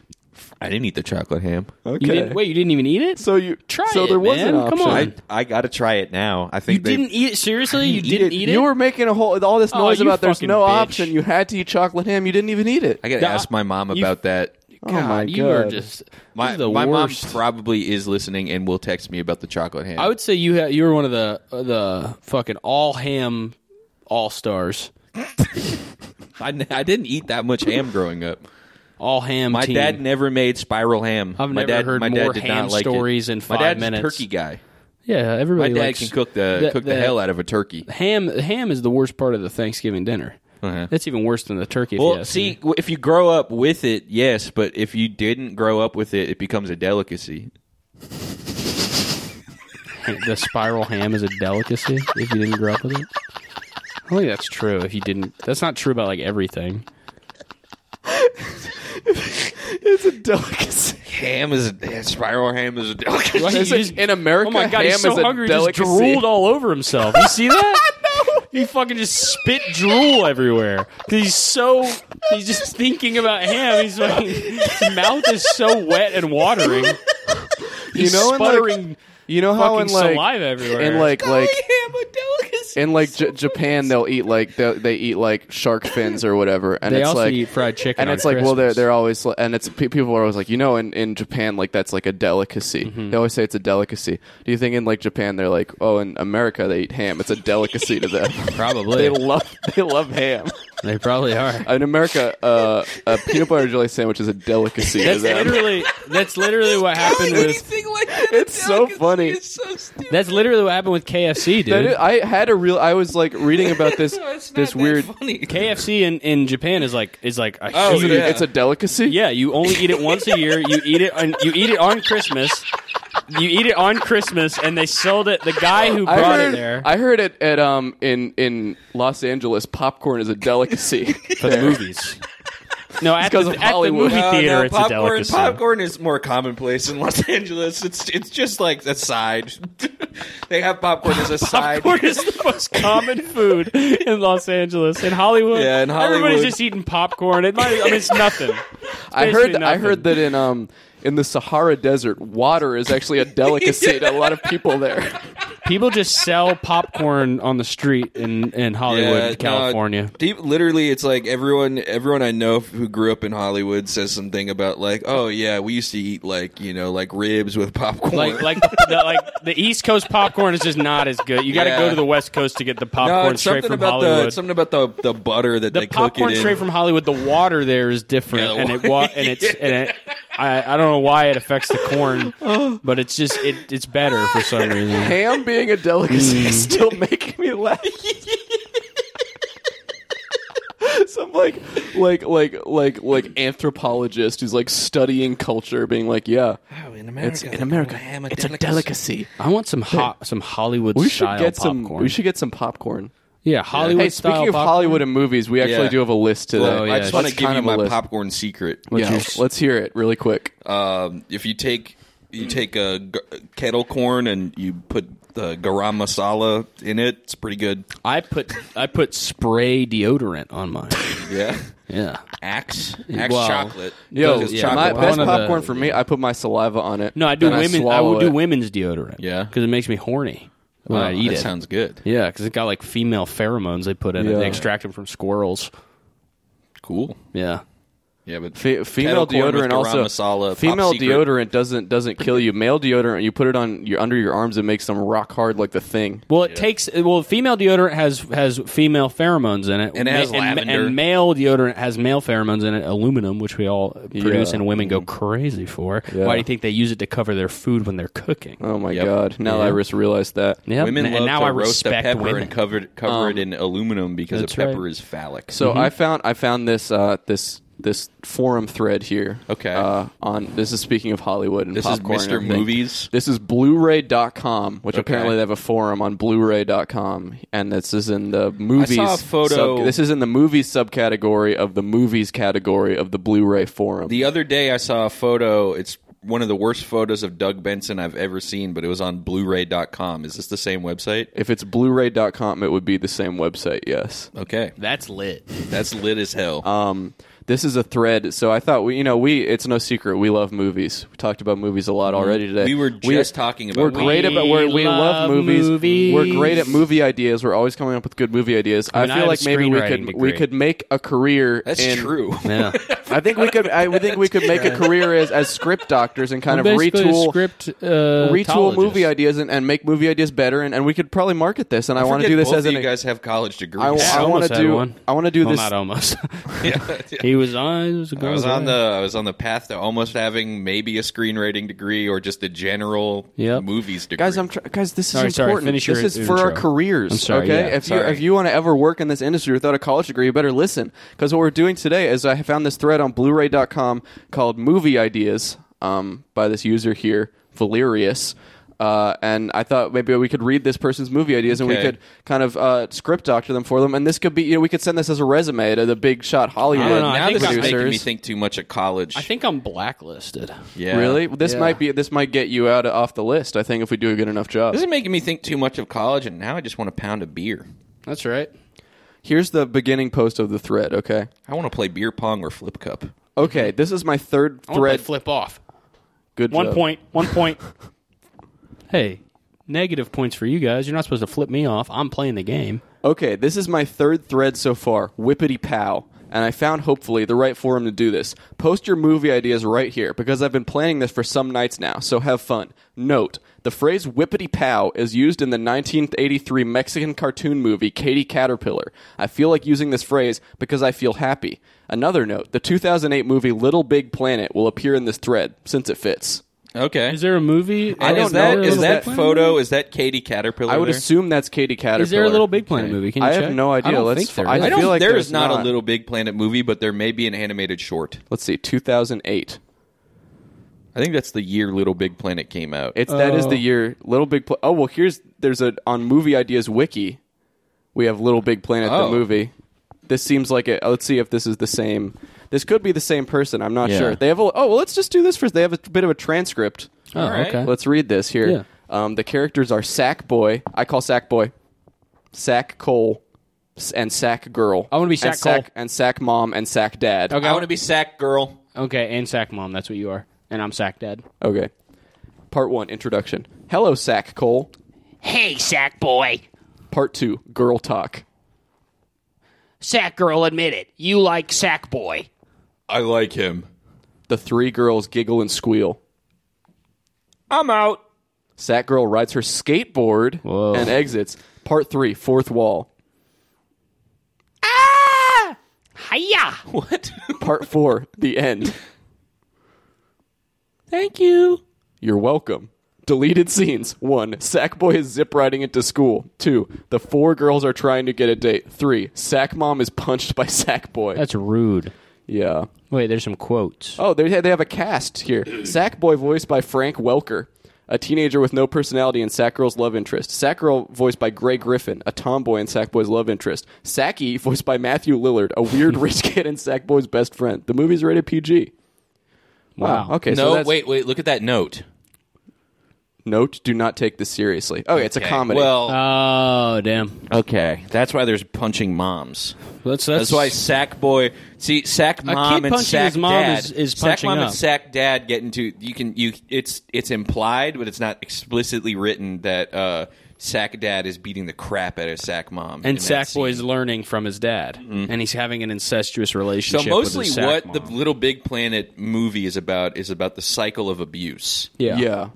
S3: I didn't eat the chocolate ham.
S5: Okay.
S4: You didn't, wait, you didn't even eat it?
S5: so you
S4: Try
S5: So
S4: it,
S5: there was
S4: man.
S5: an option.
S4: Come on.
S3: I, I got to try it now. I think
S4: you
S3: they,
S4: didn't eat it? Seriously? You didn't eat it?
S5: You were making a whole all this
S4: Oh,
S5: noise
S4: you
S5: about there's
S4: fucking
S5: no
S4: bitch.
S5: option. You had to eat chocolate ham. You didn't even eat it.
S3: I got to
S4: Yeah,
S3: ask my mom
S4: you-
S3: about that.
S5: oh
S4: God,
S5: my
S4: you are
S5: God.
S4: just
S3: My
S4: you're the
S3: my
S4: worst.
S3: mom probably is listening and will text me about the chocolate ham.
S4: I would say you ha- you were one of the uh, the fucking all ham all stars.
S3: I, n- I didn't eat that much ham growing up.
S4: All ham.
S3: My
S4: team.
S3: dad never made spiral ham.
S4: I've
S3: my
S4: never
S3: dad,
S4: heard
S3: my dad
S4: more
S3: did
S4: ham
S3: not like it.
S4: stories in
S3: my
S4: five
S3: dad's
S4: minutes.
S3: A turkey guy.
S4: Yeah, everybody.
S3: My dad
S4: likes
S3: can cook the, cook the, hell out of a turkey.
S4: ham. Ham is the worst part of the Thanksgiving dinner. That's even worse than the turkey. if you
S3: Well,
S4: ask
S3: see,
S4: me.
S3: w- if you grow up with it, yes, but if you didn't grow up with it, it becomes a delicacy.
S4: the spiral ham is a delicacy if you didn't grow up with it. I think that's true. If you didn't, that's not true about like everything.
S5: It's a delicacy.
S3: Ham is a, spiral ham is a delicacy.
S5: It's like, in America,
S4: Oh my god,
S5: ham
S4: he's so
S5: is a
S4: hungry, he just
S5: delicacy.
S4: drooled all over himself. You see that? He fucking just spit drool everywhere. 'Cause he's so he's just thinking about ham. He's like his mouth is so wet and watering. He's
S5: know, in, like,
S4: sputtering
S5: You know how
S4: fucking
S5: in like
S4: saliva everywhere.
S5: in like like in like J- Japan, they'll eat like they they eat like shark fins or whatever, and
S4: they
S5: it's
S4: also
S5: like
S4: eat fried chicken.
S5: and
S4: on
S5: it's like well they're
S4: Christmas.
S5: they're always li- and it's pe- people are always like you know in, in Japan like that's like a delicacy they always say it's a delicacy do you think in like Japan they're like oh in America they eat ham it's a delicacy to them
S4: probably
S5: they love they love ham
S4: they probably are.
S5: in America uh, a peanut butter jelly sandwich is a delicacy to
S4: That's
S5: them
S4: literally that's literally what happened with
S5: it's so funny
S4: that's literally what happened with KFC, dude.
S5: That is- I had a real I was like reading about this this weird
S4: KFC in, in Japan is like is like a
S3: Oh,
S4: huge-
S5: Isn't it-
S3: yeah.
S5: it's a delicacy
S4: Yeah, you only eat it once a year. You eat it on you eat it on Christmas. You eat it on Christmas, and they sold it. The guy who
S5: I
S4: brought
S5: heard,
S4: it there
S5: I heard it at um in in Los Angeles popcorn is a delicacy
S4: for the movies. No, at
S5: because
S4: the,
S5: of
S4: at the
S5: Hollywood.
S4: movie
S3: Uh,
S4: theater,
S3: no,
S4: it's a
S3: popcorn,
S4: delicacy.
S3: popcorn is more commonplace in Los Angeles. It's it's just like a side. they have popcorn as a side.
S4: Popcorn is the most common food in Los Angeles. In Hollywood,
S3: Yeah, in
S4: everybody's
S3: Hollywood.
S4: just eating popcorn. It might, I mean, it's nothing.
S5: I heard
S4: basically
S5: I
S4: nothing.
S5: heard that in um in the Sahara Desert, water is actually a delicacy to a lot of people there.
S4: People just sell popcorn on the street in in Hollywood,
S3: Yeah, no,
S4: California.
S3: deep, literally, it's like everyone everyone I know who grew up in Hollywood says something about like, oh yeah, we used to eat like you know like ribs with popcorn.
S4: Like like the, like the East Coast popcorn is just not as good. You got to
S3: Yeah.
S4: go to the West Coast to get the popcorn
S3: no, it's
S4: straight
S3: something
S4: from
S3: about the
S4: Hollywood.
S3: it's something about the the butter that
S4: the
S3: they cook
S4: popcorn
S3: it in.
S4: straight from Hollywood, the water there is different,
S3: Yeah, the
S4: and it
S3: water-
S4: wa- and it's and it, I I don't know why it affects the corn, but it's just it it's better for some reason.
S5: Ham being a delicacy
S4: Mm.
S5: is still making me laugh. Some like like like like like anthropologist who's like studying culture, being like, yeah,
S3: in
S5: it's
S3: America,
S5: in America,
S3: ham
S5: it's a delicacy.
S4: I want some hot some Hollywood
S5: We should
S4: style
S5: get
S4: popcorn.
S5: some. We should get some popcorn.
S4: yeah, Hollywood.
S5: hey, speaking
S4: style
S5: of
S4: popcorn.
S5: Hollywood and movies, we actually
S3: Yeah.
S5: do have a list today.
S4: Oh, yeah,
S3: I just want to
S5: That's
S3: give
S5: kind
S3: you
S5: of
S3: my
S5: a list.
S3: popcorn secret.
S5: Yeah,
S4: juice.
S5: let's hear it really quick.
S3: Um, if you take you take a g- kettle corn and you put the garam masala in it, it's pretty good.
S4: I put I put spray deodorant on mine.
S3: Yeah,
S4: Yeah.
S3: axe axe
S4: Wow.
S3: chocolate.
S5: Yo,
S3: Those is
S5: yeah, my
S3: chocolate.
S5: best
S4: One of the-
S5: popcorn for me, I put my saliva on it.
S4: No, I do
S5: then
S4: women. I,
S5: swallow
S4: will
S5: it.
S4: do women's deodorant.
S3: Yeah.
S4: because it makes me horny when
S3: Wow,
S4: I eat
S3: that
S4: it.
S3: sounds good.
S4: yeah, because it got like female pheromones they put in it.
S5: Yeah.
S4: They extract them from squirrels.
S3: Cool.
S4: Yeah.
S3: Yeah, but
S5: Fe- female
S3: kettle corn with
S5: deodorant also.
S3: garam masala, pop
S5: female
S3: secret.
S5: deodorant doesn't doesn't kill you. Male deodorant, you put it on your under your arms, it makes them rock hard like the thing.
S4: Well, it takes well. Female deodorant has has female pheromones in it,
S3: And it has
S4: Ma- and,
S3: lavender.
S4: and male deodorant has male pheromones in it, aluminum, which we all produce,
S5: Yeah. Mm.
S4: and women go crazy for. Why do you think they use it to cover their food when they're cooking?
S5: Oh my
S3: Yep.
S5: god! Now that I just realized that.
S4: Yep.
S3: Women
S4: and
S3: love
S4: now
S3: to
S4: I
S3: roast a
S4: respect
S3: pepper
S4: women.
S3: and cover it, cover it in aluminum because a
S4: that's right.
S3: pepper is phallic.
S5: So I found I found this uh, this this forum thread here.
S3: Okay.
S5: Uh, on this is speaking of Hollywood and
S3: this is
S5: popcorn and
S3: Mr.
S5: everything.
S3: Movies.
S5: This is Blu-ray.com, which apparently
S3: Okay.
S5: they have a forum on Blu-ray.com, and this is in the movies.
S3: saw a photo-
S5: sub- this is in the movies subcategory of the movies category of the Blu-ray forum.
S3: The other day I saw a photo. It's one of the worst photos of Doug Benson I've ever seen, but it was on Blu-ray.com. Is this the same website?
S5: if it's Blu-ray.com, it would be the same website. Yes.
S3: Okay,
S4: That's lit.
S3: that's lit as hell.
S5: Um, this is a thread. So I thought we, you know, we. It's no secret we love movies. We talked about movies a lot already today.
S3: Mm-hmm. we were just talking about
S5: We're great about we're, we
S4: We
S5: love
S4: love
S5: movies.
S4: movies.
S5: We're great at movie ideas. We're always coming up with good movie ideas. I,
S4: mean, I
S5: feel
S4: have
S5: like
S4: a
S5: maybe we
S4: screenwriting
S5: could we
S4: degree.
S5: could make a career.
S3: That's
S5: in,
S3: true.
S4: Yeah.
S5: I think we could. I would think we could make a career as as script doctors and kind of
S7: Basically,
S5: retool
S7: script, uh,
S5: retool
S7: tologist.
S5: movie ideas and, and make movie ideas better. And, and we could probably market this. And I, want to
S3: Forget
S5: do this
S3: both
S5: as
S3: of
S5: an.
S3: you guys have college degrees.
S5: I,
S4: Yeah, I
S5: want
S4: almost
S5: to
S4: had
S5: do.
S4: one.
S5: I want to do
S4: Well,
S5: this.
S4: not almost.
S3: Yeah, yeah.
S4: he was on. He was a
S3: I was
S4: guy.
S5: Mm-hmm.
S3: on the I was on the path to almost having maybe a screenwriting degree or just a general
S4: Yep.
S3: movies degree.
S5: Guys, I'm tr- guys. This is
S4: Sorry, sorry,
S5: important.
S4: finish your
S5: this is for our
S4: intro.
S5: careers.
S4: I'm sorry,
S5: okay,
S4: yeah,
S5: if you
S3: sorry.
S5: if you want to ever work in this industry without a college degree, you better listen because what we're doing today is I found this thread on Blu-ray.com called "Movie Ideas" um, by this user here, Valerius. Uh, and I thought maybe we could read this person's movie ideas and we
S3: Okay.
S5: could kind of uh, script doctor them for them. And this could be, you know, we could send this as a resume to the big shot Hollywood
S4: I don't know, I
S3: Uh, now
S4: think
S3: this is
S5: producers.
S3: making me think too much of college.
S4: I think I'm blacklisted.
S3: yeah.
S5: Really, this might be this might get you out off the list. I think if we do a good enough job.
S3: This is making me think too much of college, and now I just want a pound of beer.
S4: That's right.
S5: Here's the beginning post of the thread, okay?
S3: I want to play beer pong or flip cup.
S5: Okay, this is my third
S4: Mm-hmm. I want
S5: thread.
S4: to flip off.
S5: Good
S4: One
S5: job.
S4: point. One point. hey, negative points for you guys. You're not supposed to flip me off. I'm playing the game.
S5: Okay, this is my third thread so far. Whippity pow. And I found hopefully the right forum to do this. Post your movie ideas right here because I've been planning this for some nights now, so have fun. Note the phrase whippity pow is used in the 1983 Mexican cartoon movie Katie Caterpillar. I feel like using this phrase because I feel happy. Another note the 2008 movie Little Big Planet will appear in this thread since it fits.
S3: Okay.
S7: Is there a movie?
S3: and is
S5: don't know.
S3: that is
S5: Little
S3: that
S5: Big
S3: photo? Is that Katie Caterpillar?
S5: I would
S3: there?
S5: assume that's Katie Caterpillar.
S4: Is there a little Big Planet movie? Can you
S5: I have
S4: check?
S5: no idea.
S4: I don't
S5: Let's
S4: think there
S5: fi-
S4: is.
S5: I
S3: I don't.
S5: feel like
S3: there
S5: there's
S3: is not,
S5: not.
S3: a Little Big Planet movie, but there may be an animated short.
S5: Let's see, 2008.
S3: I think that's the year Little Big Planet came out.
S5: It's that is the year Little Big. Pla- oh well, here's there's a on movie ideas wiki. We have Little Big Planet
S3: Oh.
S5: the movie. This seems like it. Let's see if this is the same. This could be the same person. I'm not
S4: Yeah.
S5: sure. They have a. Oh well, let's just do this first. They have a bit of a transcript.
S4: Oh,
S3: Alright.
S4: okay.
S5: Let's read this here.
S4: Yeah.
S5: Um, the characters are Sack Boy. I call Sack Boy, Sack Cole, s- and Sack Girl.
S4: I wanna be
S5: And
S4: Sack Cole.
S5: and Sack Mom and Sack Dad.
S4: Okay.
S3: I want to be Sack Girl.
S4: Okay, and Sack Mom, that's what you are. And I'm Sack Dad.
S5: Okay. Part one, introduction. Hello, Sack Cole.
S2: Hey, sack boy.
S5: Part two, girl talk.
S2: Sack girl, admit it. You like sack boy.
S3: I like him.
S5: The three girls giggle and squeal.
S3: I'm out.
S5: Sack Girl rides her skateboard and exits. Part three, fourth wall.
S2: Ah! Hiya!
S3: What?
S5: Part four, the end.
S3: Thank you.
S5: You're welcome. Deleted scenes. One, Sackboy is zip riding into school. Two, the four girls are trying to get a date. Three, Sack Mom is punched by Sackboy.
S4: That's rude.
S5: yeah.
S4: Wait, there's some quotes.
S5: Oh, they they have a cast here. Sackboy voiced by Frank Welker, a teenager with no personality and Sackgirl's love interest. Sackgirl voiced by Gray Griffin, a tomboy and Sackboy's love interest. Sacky voiced by Matthew Lillard, a weird rich kid and Sackboy's best friend. The movie's rated PG. Wow. Okay. so
S3: No,
S5: that's-
S3: wait, wait. Look at that note.
S5: Note: Do not take this seriously. Okay, it's a
S3: Okay,
S5: comedy.
S3: Well,
S4: Oh, damn.
S3: okay. That's why there's punching moms.
S4: That's,
S3: That's why Sack Boy, see Sack Mom and
S4: punching
S3: Sack
S4: his mom
S3: Dad,
S4: is- is
S3: Sack
S4: punching
S3: Mom
S4: up.
S3: and Sack Dad get into you can you it's it's implied, but it's not explicitly written that uh, Sack Dad is beating the crap out of Sack Mom in
S4: and
S3: that
S4: Sackboy
S3: scene.
S4: is learning from his dad, and he's having an incestuous
S3: So
S4: relationship.
S3: mostly,
S4: with his sack
S3: what the
S4: mom.
S3: Little Big Planet movie is about is about the cycle of abuse.
S5: yeah.
S4: yeah.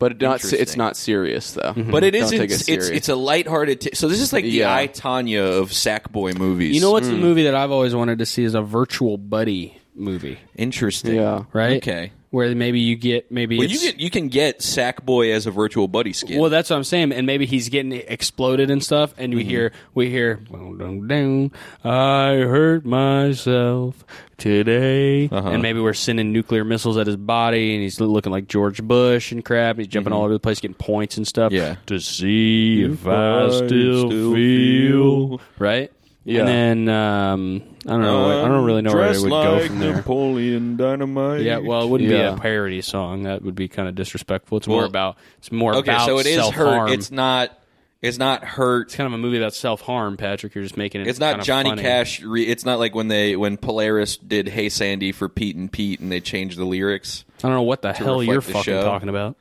S5: But it not,
S3: Interesting.
S5: it's not serious though.
S3: But it
S5: Don't
S3: isn't.
S5: take it
S3: It's it's,
S5: serious.
S3: a lighthearted. T- so this is like the
S5: Yeah.
S3: I Tanya of Sackboy movies.
S4: You know what's the movie that I've always wanted to see is a virtual buddy movie,
S3: Interesting.
S5: Yeah.
S4: right?
S3: Okay.
S4: Where maybe you get maybe
S3: Well, you
S4: it's-
S3: get you can get Sackboy as a virtual buddy skin.
S4: Well, that's what I'm saying, and maybe he's getting exploded and stuff, and
S3: Mm-hmm.
S4: we hear we hear. "Dun, dun, dun, I hurt myself today,
S3: Uh-huh.
S4: and maybe we're sending nuclear missiles at his body, and he's looking like George Bush and crap. And he's jumping all over the place, getting points and stuff.
S3: Mm-hmm. Yeah.
S4: to see if, I, still, feel, right.
S5: Yeah.
S4: And then um, I don't know. I don't really know where it would go from there.
S8: Napoleon Dynamite.
S4: Yeah, well, it wouldn't
S5: Yeah.
S4: be a parody song. That would be kind of disrespectful. It's more
S3: Well,
S4: about it's more
S3: okay,
S4: about
S3: so it is
S4: self-harm.
S3: hurt. It's not. It's not hurt.
S4: It's kind of a movie about self harm, Patrick. You're just making it.
S3: It's not
S4: kind of
S3: Johnny
S4: funny.
S3: Cash. Re- it's not like when they when Polaris did "Hey Sandy" for Pete and Pete, and they changed the lyrics,
S4: I don't know what the hell you're
S3: reflect the
S4: fucking
S3: show.
S4: talking about.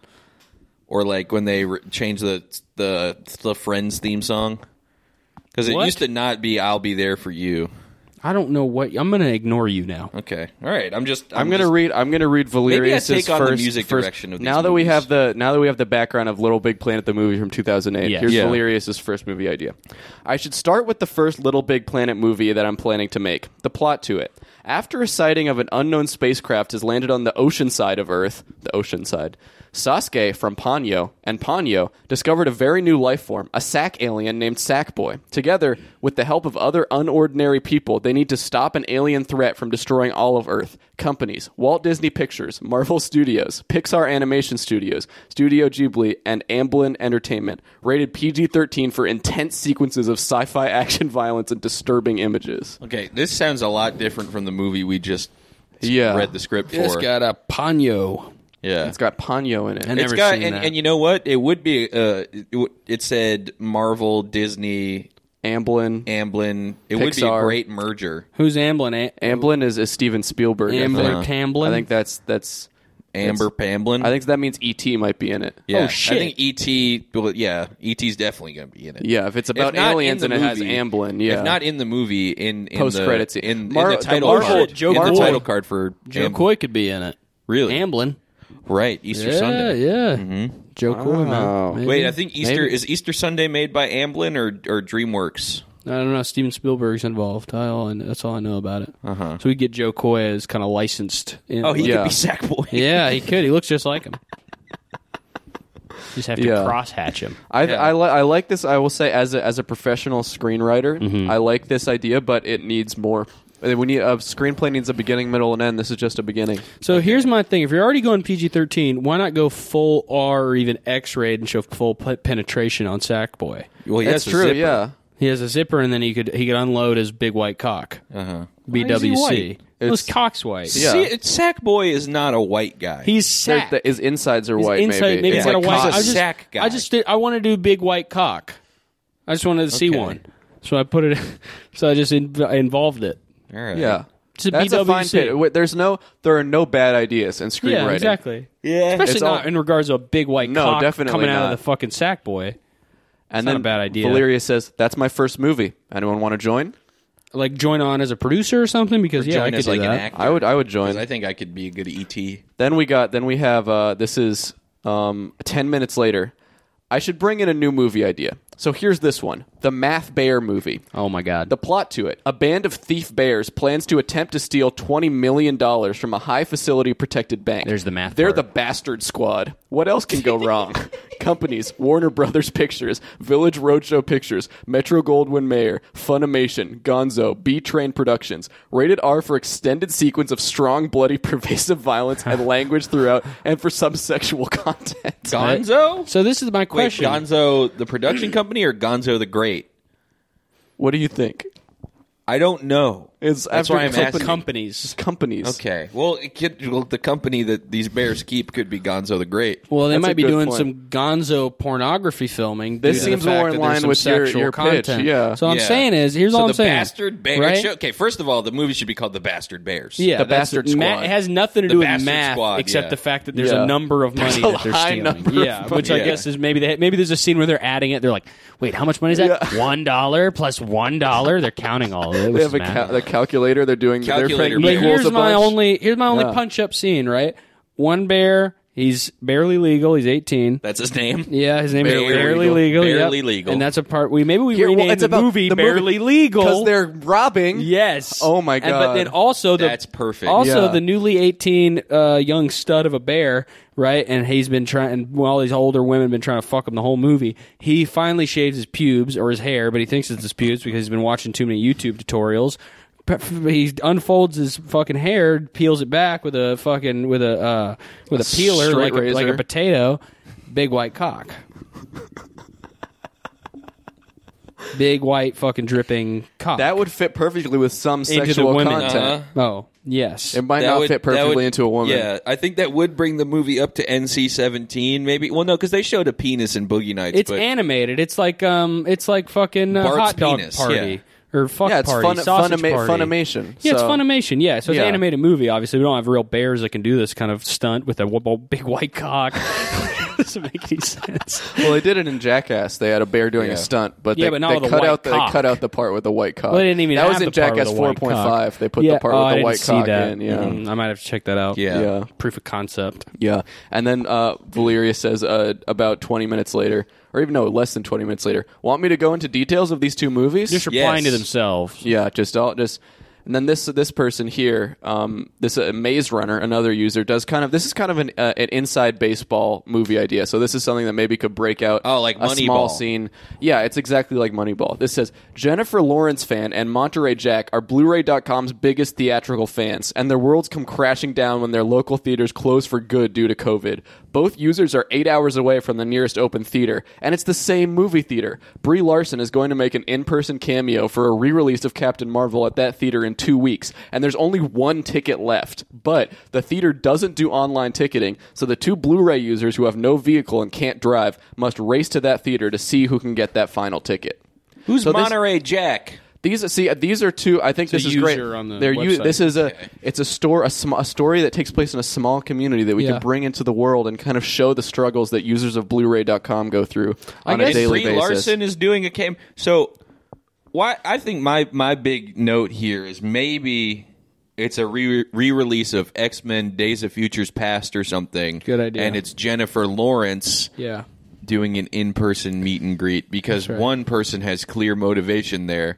S3: or like when they re- changed the the the Friends theme song because it
S4: What?
S3: used to not be "I'll Be There for You."
S4: I don't know what I'm going to ignore you now.
S3: Okay. All right. I'm just.
S5: I'm, gonna
S3: just-
S5: read. I'm gonna read Valerius's
S3: take on the
S5: first
S3: music
S5: first-
S3: direction of
S5: now
S3: these
S5: that we
S3: movies.
S5: have the now that we have the background of Little Big Planet, the movie from 2008.
S4: Yes.
S5: Here's
S4: Yeah.
S5: Valerius's first movie idea. I should start with the first Little Big Planet movie that I'm planning to make. The plot to it: After a sighting of an unknown spacecraft has landed on the ocean side of Earth, the ocean side, Sasuke from Ponyo and Ponyo discovered a very new life form, a sack alien named Sackboy. Together, with the help of other unordinary people, they need to stop an alien threat from destroying all of Earth. Companies Walt Disney Pictures, Marvel Studios, Pixar Animation Studios, Studio Ghibli, and Amblin Entertainment. Rated PG 13 for intense sequences of sci fi action violence and disturbing images.
S3: Okay. This sounds a lot different from the movie we just
S5: Yeah.
S3: read the script for.
S4: It's got a Ponyo.
S3: yeah.
S5: It's got Ponyo in it.
S4: And-
S3: It's
S4: Never
S3: got
S4: seen
S3: and,
S4: that.
S3: and you know what? It would be. Uh, it, w- it said Marvel, Disney,
S5: Amblin.
S3: Amblin. It would be a
S5: Pixar.
S3: great merger.
S4: Who's Amblin? A-
S5: Amblin is, is Steven Spielberg. I
S4: Amblin
S5: think.
S4: Tamblin?
S5: I think that's that's.
S3: Amber Pamblin.
S5: I think that means ET might be in it.
S3: Yeah.
S4: Oh, shit.
S3: I think ET. Well, yeah, ET's definitely going to be in it.
S5: Yeah, if it's
S3: not
S5: about
S3: in
S5: aliens
S3: the
S5: and it has
S3: movie-
S5: Amblin, yeah.
S3: If not in the movie, in, in
S5: Post
S3: the-
S5: credits scene.
S3: in, in
S5: Mar-
S3: the
S5: the
S3: title
S5: Marvel-
S3: card,
S4: Joe
S3: in the
S4: Coy.
S3: title card for
S4: Joe
S3: Am-
S4: Coy could be in it.
S3: Really?
S4: Amblin.
S3: right? Easter
S4: Yeah,
S3: Sunday. Mm-hmm.
S4: yeah. Joe Coy,
S5: Oh.
S4: man. Maybe.
S3: Wait, I think Easter is Easter Sunday made by Amblin or or DreamWorks.
S4: I don't know. Steven Spielberg's involved. I all, that's all I know about it. Uh-huh. So we get Joe Coy as kind of licensed. In,
S3: Oh, he
S5: Yeah.
S3: could be Sackboy.
S4: yeah, he could. He looks just like him. Just have to
S5: Yeah.
S4: cross hatch him.
S5: I, I, li- I like this. I will say, as a, as a professional screenwriter,
S4: Mm-hmm.
S5: I like this idea, but it needs more. We need a screenplay needs a beginning, middle, and end. This is just a beginning.
S4: So here's my thing: if you're already going PG-13, why not go full R or even X-rated and show full p- penetration on Sackboy?
S3: Well,
S5: That's true. Yeah,
S4: He has a zipper, and then he could he could unload his big white cock. Uh-huh. BWC.
S3: white?
S4: Well, his
S5: It's-
S4: cock's white.
S5: Yeah.
S3: See, it's Sackboy is not a white guy.
S4: He's
S5: There's
S4: sack.
S5: the, his insides are
S4: His
S5: white.
S4: inside-
S5: maybe,
S4: maybe
S5: It's
S4: he's got
S5: like
S4: a white.
S3: cock.
S4: I just,
S3: Sack guy.
S4: I just did, I want to do big white cock. I just wanted to see
S3: Okay.
S4: one, so I put it. So I just in, I involved it.
S3: All right.
S5: yeah.
S4: It's a
S5: That's a fine
S4: BWC.
S5: pit. Wait, There's no, there are no bad ideas in screenwriting.
S4: Yeah, exactly.
S3: Yeah.
S4: Especially
S5: It's
S4: not
S5: all-
S4: in regards to a big white
S5: No,
S4: cock
S5: definitely
S4: coming out
S5: not.
S4: of the fucking sack boy.
S5: And
S4: not
S5: then
S4: a bad idea.
S5: Valeria says, "That's my first movie. Anyone want to join?
S4: Like join on as a producer or something because yeah,
S3: Join
S4: I could
S3: as
S4: do
S3: like
S4: that.
S3: an actor.
S5: I would. I would join.
S3: 'Cause I think I could be a good E ET.
S5: Then we got. Then we have. Uh, this is um, ten minutes later. I should bring in a new movie idea. So here's this one: the Math Bear movie.
S4: Oh my god.
S5: The plot to it: a band of thief bears plans to attempt to steal twenty million dollars from a high facility protected bank.
S4: There's the math
S5: They're
S4: part.
S5: the bastard squad. What else can go wrong? Companies: Warner Brothers Pictures, Village Roadshow Pictures, Metro Goldwyn Mayer, Funimation, Gonzo, B Train Productions. Rated R for extended sequence of strong, bloody, pervasive violence and language throughout, and for some sexual content.
S3: Gonzo?
S4: so this is my
S3: Wait,
S4: question.
S3: Gonzo, the production company, or Gonzo the Great?
S5: What do you think?
S3: I don't know.
S5: It's
S3: That's
S5: after
S3: why I'm
S5: company-
S3: asking.
S4: companies.
S5: Companies.
S3: Okay. Well, it could, well, the company that these bears keep could be Gonzo the Great.
S4: Well, they
S5: That's a
S4: might be
S5: good
S4: doing
S5: point.
S4: some Gonzo pornography filming.
S5: This
S4: due to the
S5: seems more
S4: fact that
S5: in
S4: there's
S5: line
S4: some
S5: with your-
S4: sexual
S5: your pitch,
S4: content.
S5: yeah.
S4: So I'm
S3: Yeah.
S4: saying is, here's
S3: so
S4: all I'm
S3: the
S4: saying.
S3: Bastard Bears.
S4: Right?
S3: Okay, first of all, the movie should be called The Bastard Bears.
S4: Yeah,
S5: The
S4: that's-
S5: Bastard
S4: ma-
S5: Squad.
S4: it has nothing to
S3: The
S4: do with
S3: Bastard
S4: math,
S3: Squad,
S4: except
S3: yeah.
S4: the fact that there's
S5: Yeah.
S4: a number of money
S5: There's a
S4: that they're
S5: high
S4: stealing.
S5: number of
S4: yeah,
S5: money.
S4: which I
S3: Yeah.
S4: guess is maybe they, maybe there's a scene where they're adding it. They're like, "Wait, how much money is that? One dollar plus one dollar." They're counting all of it.
S5: They have a, ca- a calculator. They're doing.
S3: Calculator
S5: they're
S3: bear.
S5: playing
S4: But
S5: equals
S4: here's
S5: a
S4: my
S5: bunch.
S4: only here's my only
S5: Yeah.
S4: punch up scene. Right, one bear. He's barely legal. He's 18.
S3: That's his name?
S4: Yeah, his name
S3: Barely
S4: is Barely
S3: Legal.
S4: Legal. yep.
S3: Barely Legal.
S4: and that's a part we maybe we
S5: Here, well,
S4: renamed
S5: it's
S4: the
S5: about
S4: movie
S5: the movie,
S4: Barely
S5: because
S4: Legal.
S5: they're robbing.
S4: yes.
S5: Oh my
S4: And- but
S5: God.
S4: then also the
S3: That's perfect.
S4: Also,
S5: Yeah.
S4: the newly 18 uh, young stud of a bear, right? And he's been trying. and Well, all these older women have been trying to fuck him the whole movie. He finally shaves his pubes or his hair, but he thinks it's his pubes because he's been watching too many YouTube tutorials. But He unfolds his fucking hair, peels it back with a fucking with a uh, with a peeler
S5: straight
S4: like a, like
S5: razor.
S4: a potato. Big white cock. Big white fucking dripping cock.
S5: That would fit perfectly with some
S4: the
S5: sexual
S4: women.
S5: content.
S3: Uh-huh.
S4: oh yes.
S5: It might
S3: That
S5: not
S3: would-
S5: fit
S3: that would-
S5: perfectly into a woman.
S3: Yeah, I think that would bring the movie up to NC seventeen, maybe. Well, no, because they showed a penis in Boogie Nights.
S4: It's
S3: but
S4: animated. It's like um, it's like fucking uh,
S3: Bart's
S4: hot dog
S3: penis,
S4: party or fuck
S5: Yeah, it's
S4: party,
S5: fun,
S4: sausage
S5: funima-
S4: party.
S5: Funimation.
S4: Yeah, it's
S5: so-
S4: Funimation. Yeah, so it's
S5: Yeah.
S4: an animated movie. Obviously, we don't have real bears that can do this kind of stunt with a w- w- big white cock. doesn't make any sense.
S5: Well, they did it in Jackass. They had a bear doing
S3: Yeah.
S5: a stunt, but
S4: Yeah,
S5: they,
S4: but not
S5: they
S4: with a
S5: cut
S4: white
S5: out the
S4: cock.
S5: they cut out the part with the white cock.
S4: Well, they didn't even
S5: that was
S4: have
S5: in
S4: the part with
S5: Jackass
S4: the white
S5: 4.5. They put the part
S4: oh,
S5: with
S4: I
S5: the
S4: didn't
S5: white
S4: see
S5: cock
S4: that.
S5: in. Yeah.
S4: Mm, I might have to check that out.
S3: Yeah.
S5: Yeah.
S4: Proof of concept.
S5: Yeah, and then uh, Valeria says uh, about twenty minutes later, or even no, less than twenty minutes later. Want me to go into details of these two movies?
S4: Just replying
S3: Yes.
S4: to themselves.
S5: yeah, just all just. And then this this person here, um, this uh, Maze Runner, another user, does kind of this is kind of an uh, an inside baseball movie idea. So this is something that maybe could break out.
S3: Oh, like
S5: a small
S3: Moneyball.
S5: scene. Yeah, it's exactly like Moneyball. This says Jennifer Lawrence fan and Monterey Jack are Blu-ray.com's biggest theatrical fans, and their worlds come crashing down when their local theaters close for good due to COVID. Both users are eight hours away from the nearest open theater, and it's the same movie theater. Brie Larson is going to make an in-person cameo for a re-release of Captain Marvel at that theater in two weeks, and there's only one ticket left. But the theater doesn't do online ticketing, so the two Blu-ray users who have no vehicle and can't drive must race to that theater to see who can get that final ticket.
S3: Who's
S5: So this-
S3: Monterey Jack?
S5: These are- see uh, these are two. I think this is
S4: user
S5: great.
S4: on the
S5: They're u-
S4: website.
S5: this is a it's a store a, sm- a story that takes place in a small community that we
S4: Yeah.
S5: can bring into the world and kind of show the struggles that users of Blu-ray.com go through on a
S3: guess
S5: daily
S3: Brie
S5: basis.
S3: Larson is doing a cam. So, why? I think my my big note here is maybe it's a re release of X Men Days of Futures Past or something.
S4: Good idea.
S3: And it's Jennifer Lawrence
S4: Yeah.
S3: doing an in person meet and greet because one person has clear motivation there.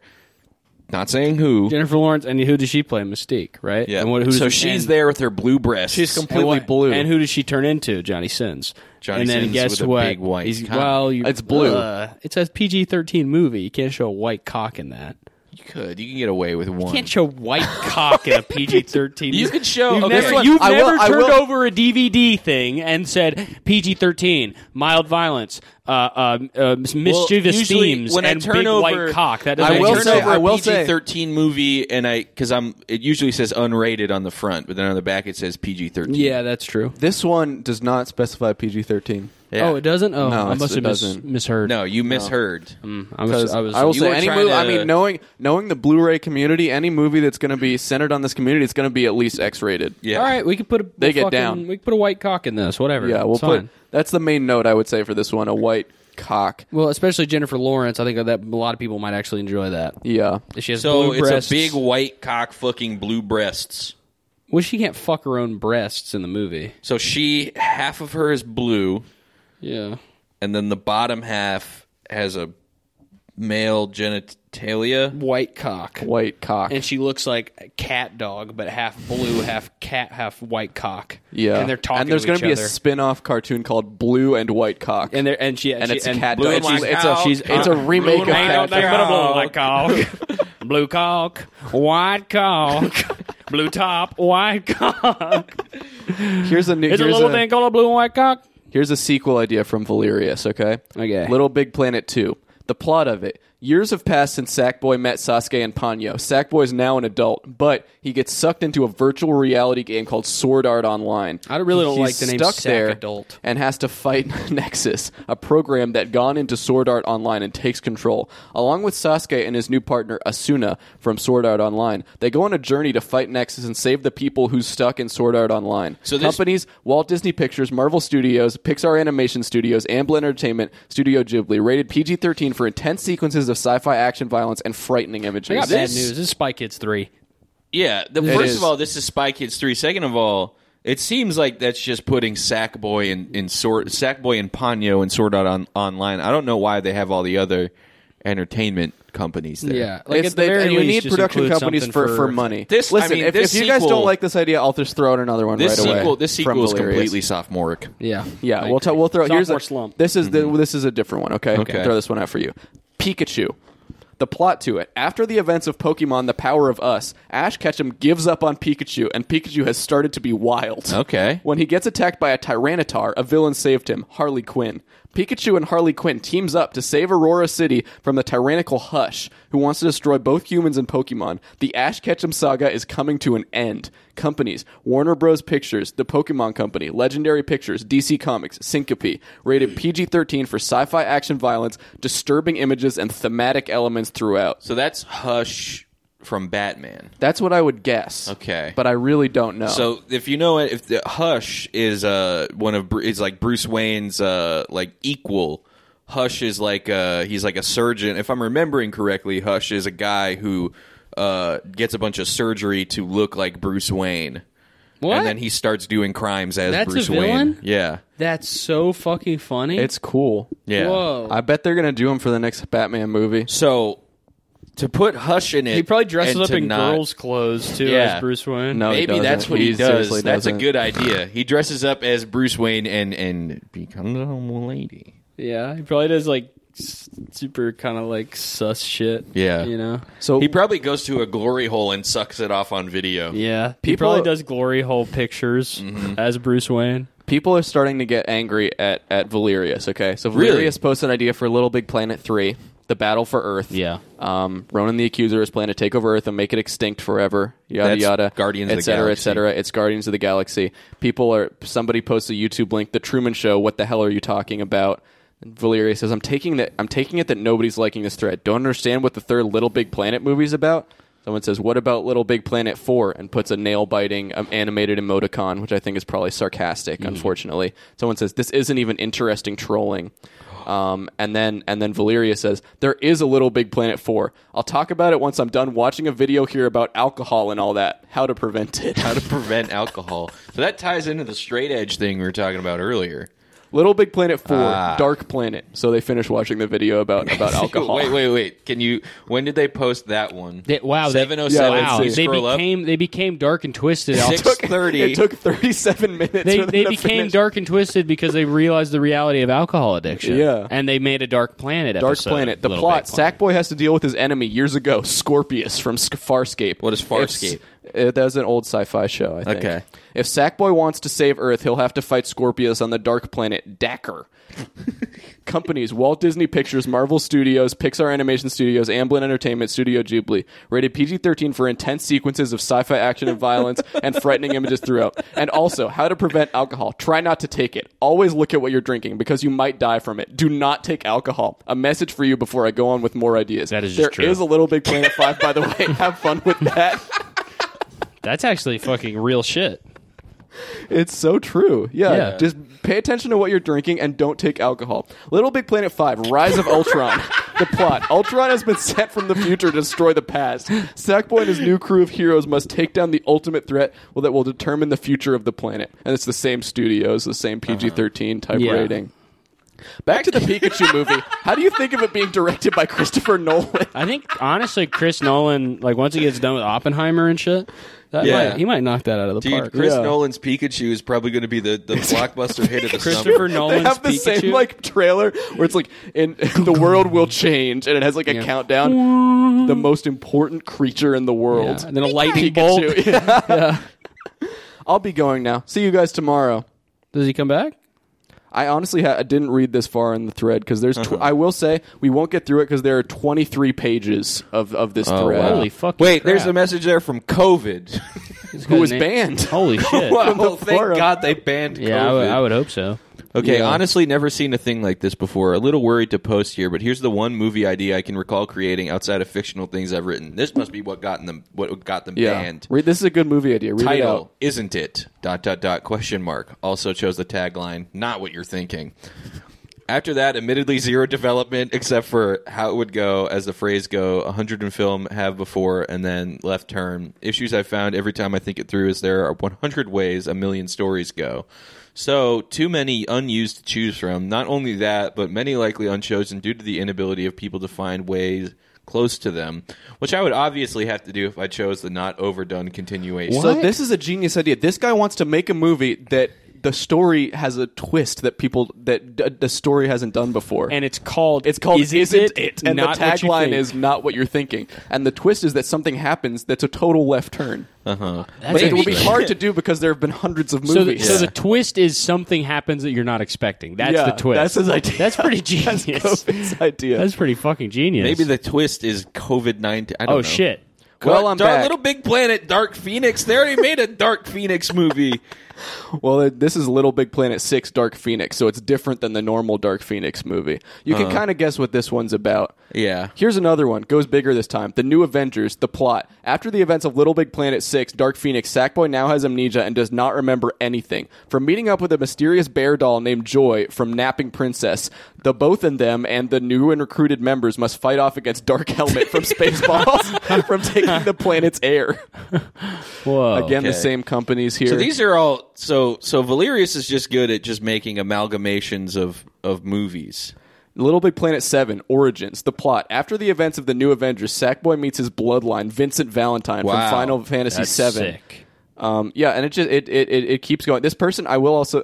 S3: Not saying who.
S4: Jennifer Lawrence, and who does she play? Mystique, right?
S3: yeah.
S4: And what, who
S3: so
S4: does-
S3: she's
S4: and-
S3: there with her blue breast.
S5: She's
S4: and
S5: completely
S4: what-
S5: blue.
S4: And who does she turn into? Johnny Sins.
S3: Johnny
S4: and then
S3: Sins
S4: guess
S3: with a
S4: what?
S3: big white
S4: He's-
S3: cock.
S4: Well, you,
S5: It's blue.
S4: Uh, it says PG thirteen movie. You can't show a white cock in that.
S3: you could. You can get away with one.
S4: can't show white cock in a PG thirteen.
S3: You could show-
S4: You've
S3: okay. Guess
S4: never,
S3: what?
S4: you've
S5: I will-
S4: never
S5: I
S4: turned
S5: will-
S4: over a DVD thing and said PG thirteen, mild violence, uh, uh, uh, mischievous
S3: usually
S4: themes,
S3: when I
S4: and
S3: turn
S4: big
S3: over-
S4: white cock. That doesn't
S3: I
S5: I
S4: make
S3: will
S5: will
S3: turn
S4: sense.
S5: say-
S3: over
S5: I will
S3: PG
S5: say-
S3: thirteen movie, and I because I'm it usually says unrated on the front, but then on the back it says PG thirteen.
S4: Yeah, that's true.
S5: This one does not specify PG-13.
S4: Oh, it doesn't. Oh,
S5: No,
S4: I
S5: it's-
S4: must
S5: it
S4: have mis-
S5: doesn't.
S4: misheard.
S3: No, you misheard.
S4: I was. I was.
S5: I will
S3: you
S5: say
S3: were
S5: any
S3: trying
S5: movie.
S3: to-
S5: I mean, knowing knowing the Blu-ray community, any movie that's going to be centered on this community, it's going to be at least X-rated.
S3: Yeah.
S4: All right, we could put a
S5: They get
S4: fucking-
S5: down.
S4: We could put a white cock in this, whatever.
S5: yeah. We'll
S4: It's
S5: put
S4: fine.
S5: that's the main note I would say for this one: a white cock.
S4: Well, especially Jennifer Lawrence, I think that a lot of people might actually enjoy that.
S5: Yeah,
S4: She has
S3: So
S4: blue
S3: it's
S4: breasts.
S3: a big white cock fucking blue breasts.
S4: Well, she can't fuck her own breasts in the movie.
S3: So she half of her is blue,
S4: Yeah.
S3: and then the bottom half has a male genitalia.
S4: White cock.
S5: white cock.
S4: And she looks like a cat dog, but half blue, half cat, half white cock.
S5: Yeah,
S4: And they're talking.
S5: And there's
S4: to
S5: gonna
S4: each
S5: be
S4: other.
S5: a spin-off cartoon called Blue and White Cock,
S4: and they're and she
S5: and
S4: she-
S5: it's a cat.
S3: Blue
S5: dog.
S3: and
S5: It's,
S3: White
S5: it's
S3: Cock.
S5: a she's, it's a
S3: Blue
S5: remake of
S4: Ain't
S5: Cat.
S4: no
S5: Dog.
S4: thing but a blue white cock, blue cock, white cock, blue top, white cock.
S5: Here's a new,
S4: It's
S5: here's
S4: a little
S5: a,
S4: thing called a blue and white cock.
S5: Here's a sequel idea from Valerius, okay?
S4: Okay.
S5: Little Big Planet 2. The plot of it. Years have passed since Sackboy met Sasuke and Ponyo. Sackboy is now an adult, but he gets sucked into a virtual reality game called Sword Art Online.
S4: I really don't
S5: He's
S4: like the name
S5: stuck
S4: Sack
S5: there
S4: Adult.
S5: and has to fight Nexus, a program that gone into Sword Art Online and takes control. Along with Sasuke and his new partner Asuna from Sword Art Online, they go on a journey to fight Nexus and save the people who's stuck in Sword Art Online.
S3: So this-
S5: companies Walt Disney Pictures, Marvel Studios, Pixar Animation Studios, Amblin Entertainment, Studio Ghibli, rated PG-13 for intense sequences of sci-fi action violence and frightening
S4: I
S5: images.
S4: got bad
S3: This-
S4: news. This is Spy Kids three.
S3: Yeah. The, first
S5: is.
S3: of all, this is Spy Kids three. Second of all. It seems like that's just putting Sackboy and, and Sword, Sackboy and Ponyo and Sword Art on, online. I don't know why they have all the other entertainment companies there.
S5: It's- they- and you need production companies for, for, money.
S3: This- I
S5: Listen,
S3: mean,
S5: if,
S3: this
S5: if you guys
S3: sequel-
S5: don't like this idea, I'll just throw out another one
S3: This
S5: right away.
S3: sequel, this
S5: from
S3: sequel is
S5: Valerius.
S3: completely sophomoric.
S4: Yeah,
S5: Yeah, we'll, t- we'll throw. Here's
S4: Sophomore
S5: a,
S4: slump.
S5: This is the, this is a different one. Okay,
S3: Mm-hmm. Okay.
S5: throw this one out for you. Pikachu. The plot to it: After the events of Pokemon: The Power of Us, Ash Ketchum gives up on Pikachu, and Pikachu has started to be wild.
S3: Okay.
S5: When he gets attacked by a Tyranitar, a villain saved him, Harley Quinn. Pikachu and Harley Quinn teams up to save Aurora City from the tyrannical Hush, who wants to destroy both humans and Pokemon. The Ash Ketchum saga is coming to an end. Companies Warner Bros. Pictures, The Pokemon Company, Legendary Pictures, DC Comics, Syncope, rated PG 13 for sci fi action violence, disturbing images, and thematic elements throughout.
S3: So that's Hush from Batman.
S5: That's what I would guess.
S3: Okay.
S5: But I really don't know.
S3: So if you know it, if the Hush is uh one of Bru- is like Bruce Wayne's uh like equal. Hush is like uh he's like a surgeon. If I'm remembering correctly, Hush is a guy who uh gets a bunch of surgery to look like Bruce Wayne.
S2: What?
S3: And then he starts doing crimes as
S2: That's a
S3: Bruce
S2: villain?
S3: Wayne. Yeah.
S2: That's so fucking funny.
S5: it's cool.
S3: Yeah.
S2: Whoa.
S5: I bet they're gonna do him for the next Batman movie.
S3: So to put Hush in it,
S4: He probably dresses
S3: and
S4: up
S3: to
S4: in
S3: not-
S4: girls' clothes too,
S3: Yeah.
S4: as Bruce Wayne.
S5: No, he
S3: Maybe
S5: doesn't.
S3: that's what he, does.
S5: seriously
S3: That's a
S5: doesn't.
S3: good idea. He dresses up as Bruce Wayne and and becomes a homo lady.
S4: yeah, he probably does like s- super kind of like sus shit.
S3: Yeah.
S4: you know,
S5: So
S3: He probably goes to a glory hole and sucks it off on video.
S4: yeah. he
S5: People-
S4: probably does glory hole pictures as Bruce Wayne.
S5: people are starting to get angry at at Valerius. Okay, so
S3: Really?
S5: Valerius posted an idea for Little Big Planet three, the battle for Earth.
S4: Yeah.
S5: um, Ronan the Accuser is planning to take over Earth and make it extinct forever. Yada
S3: That's
S5: yada.
S3: Guardians of
S5: et
S3: the
S5: cetera,
S3: Galaxy.
S5: et cetera. It's Guardians of the Galaxy. People are. Somebody posts a YouTube link, The Truman Show. What the hell are you talking about? And Valerius says, "I'm taking that. I'm taking it that nobody's liking this thread. Don't understand what the third Little Big Planet movie's about." Someone says, "What about Little Big Planet 4?" and puts a nail-biting um, animated emoticon, which I think is probably sarcastic. Unfortunately, someone says, "This isn't even interesting trolling." Um, and then and then Valeria says, "There is a Little Big Planet 4. I'll talk about it once I'm done watching a video here about alcohol and all that, how to prevent it."
S3: How to prevent alcohol. So that ties into the straight edge thing we were talking about earlier.
S5: Little Big Planet 4, Dark Planet. So they finish watching the video about about alcohol.
S3: Ah. wait, wait, wait. Can you? When did they post that one?
S2: They- wow, they-
S3: seven oh
S5: Yeah,
S2: wow,
S3: seven.
S2: they
S3: Scroll up.
S2: became they became dark and twisted. off-
S3: Six thirty.
S5: It took 37 minutes.
S2: They
S5: for them
S2: they
S5: to
S2: became
S5: finish.
S2: dark and twisted because they realized the reality of alcohol addiction.
S5: Yeah.
S2: and they made a Dark Planet.
S5: Dark
S2: episode,
S5: Planet. The
S2: Little
S5: plot:
S2: Big Planet.
S5: Sackboy has to deal with his enemy years ago, Scorpius from Sk- Farscape.
S3: What is Farscape?
S5: It's- uh, that was an old sci-fi show. I think.
S3: Okay.
S5: If Sackboy wants to save Earth, he'll have to fight Scorpius on the Dark Planet Dacker. Companies: Walt Disney Pictures, Marvel Studios, Pixar Animation Studios, Amblin Entertainment, Studio Ghibli. Rated PG-13 for intense sequences of sci-fi action and violence and frightening images throughout. And also, how to prevent alcohol. Try not to take it. Always look at what you're drinking because you might die from it. Do not take alcohol. A message for you before I go on with more ideas.
S2: That is
S5: There
S2: just true.
S5: is a Little Big Planet 5, by the way. Have fun with that.
S4: That's actually fucking real shit.
S5: It's so true. Yeah.
S4: Yeah.
S5: Just pay attention to what you're drinking and don't take alcohol. Little Big Planet 5, Rise of Ultron. the plot Ultron has been sent from the future to destroy the past. Sackboy and his new crew of heroes must take down the ultimate threat well, that will determine the future of the planet. And it's the same studios, the same PG 13 type
S2: Yeah.
S5: rating. Back to the Pikachu movie. How do you think of it being directed by Christopher Nolan?
S2: I think honestly, Chris Nolan, like once he gets done with Oppenheimer and shit, that
S3: Yeah.
S2: might, he might knock that out of the
S3: Dude,
S2: park.
S3: Chris
S5: Yeah.
S3: Nolan's Pikachu is probably going to be the, the blockbuster hit of the
S4: Christopher
S3: summer.
S5: they
S4: Nolan's
S5: have the
S4: Pikachu.
S5: same like trailer where it's like in the world will change and it has like a countdown the most important creature in the
S2: Yeah.
S5: world
S2: And then a lightning bolt.
S5: Pikachu. Yeah. i'll be going now see you guys tomorrow
S2: Does he come back?
S5: I honestly ha- I didn't read this far in the thread because there's. Tw- I will say we won't get through it because there are 23 pages of, of this
S3: Oh,
S5: thread.
S2: Holy fucking
S3: Wait, there's
S2: crap.
S3: a message there from COVID.
S5: Who was banned?
S2: Holy shit!
S3: Wow,
S5: the
S3: thank
S5: forum.
S3: God they banned COVID.
S2: yeah, I would, I would hope so.
S3: Okay,
S5: Yeah.
S3: honestly, never seen a thing like this before. A little worried to post here, but here's the one movie idea I can recall creating outside of fictional things I've written. This must be what got them what got them
S5: Yeah,
S3: banned.
S5: read. This is a good movie idea. Read it out.
S3: Title isn't it? Dot dot dot question mark. Also chose the tagline. Not what you're thinking. After that, admittedly zero development except for how it would go, as the phrase go, a hundred in film have before and then left turn. Issues I found every time I think it through is there are one hundred ways a million stories go. So too many unused to choose from. Not only that, but many likely unchosen due to the inability of people to find ways close to them, which I would obviously have to do if I chose the not overdone continuation.
S5: So this is a genius idea. This guy wants to make a movie that the story has a twist that people that d- the story hasn't done before.
S4: and it's called
S5: it's called
S4: Isn't, It?
S5: And the
S4: Not What You
S5: tagline
S4: Think?
S5: is not what you're thinking. And the twist is that something happens that's a total left turn. But it will be
S2: interesting.
S5: hard to do because there have been hundreds of
S2: So, the,
S5: movies.
S2: so the twist is something happens that you're not expecting. That's the
S5: Yeah,
S2: twist.
S5: that's his idea.
S2: That's pretty genius. That's,
S5: Covid's idea.
S2: pretty fucking genius.
S3: Maybe the twist is COVID nineteen.
S2: oh shit.
S5: well, I'm
S3: Dark,
S5: back.
S3: Little Big Planet, Dark Phoenix. They already made a Dark Phoenix movie.
S5: Well, it, this is Little Big Planet 6 Dark Phoenix, so it's different than the normal Dark Phoenix movie. You can kind of guess what this one's about.
S3: Yeah.
S5: Here's another one. Goes bigger this time. The New Avengers, the plot. After the events of Little Big Planet 6, Dark Phoenix, Sackboy now has amnesia and does not remember anything. From meeting up with a mysterious bear doll named Joy from Napping Princess, the both in them and the new and recruited members must fight off against Dark Helmet from Spaceballs from taking the planet's air.
S4: Whoa.
S5: Again, the
S3: Okay.
S5: same companies here.
S3: So these are all so so Valerius is just good at just making amalgamations of of movies.
S5: Little Big Planet 7 Origins The plot After the events of the New Avengers Sackboy meets his bloodline Vincent Valentine
S3: Wow.
S5: from Final Fantasy
S4: That's
S5: 7
S4: sick.
S5: Um, yeah and it just it, it, it, it keeps going This person I will also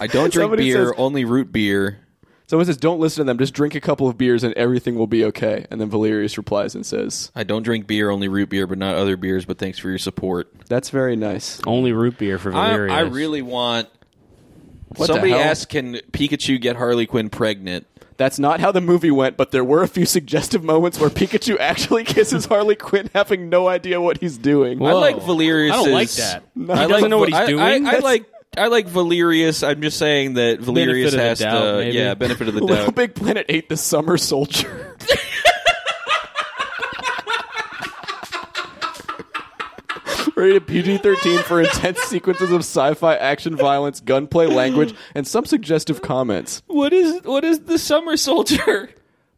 S3: I don't drink
S5: Somebody
S3: beer,
S5: says-
S3: only root beer.
S5: Someone says don't listen to them just drink a couple of beers and everything will be okay and then Valerius replies and says
S3: I don't drink beer, only root beer, but not other beers. But thanks for your support.
S5: That's very nice
S4: Only root beer for
S3: I,
S4: Valerius.
S3: I really want.
S5: What the
S3: somebody
S5: hell?
S3: asked, "Can Pikachu get Harley Quinn pregnant?"
S5: That's not how the movie went but there were a few suggestive moments where Pikachu actually kisses Harley Quinn having no idea what he's doing
S3: I
S4: Whoa.
S3: like Valerius.
S4: I don't like that.
S5: He
S3: I
S5: doesn't
S3: like,
S4: know what he's
S3: I- I-
S4: doing.
S3: I,
S4: That's-
S3: like. I like Valerius. I'm just saying that Valerius
S4: of the
S3: has
S4: doubt,
S3: to,
S4: maybe.
S3: yeah, benefit of the
S5: Little
S3: doubt.
S5: Big Planet 8 The Summer Soldier Rated PG 13 for intense sequences of sci fi action violence, gunplay, language, and some suggestive comments.
S3: What is what is the Summer Soldier?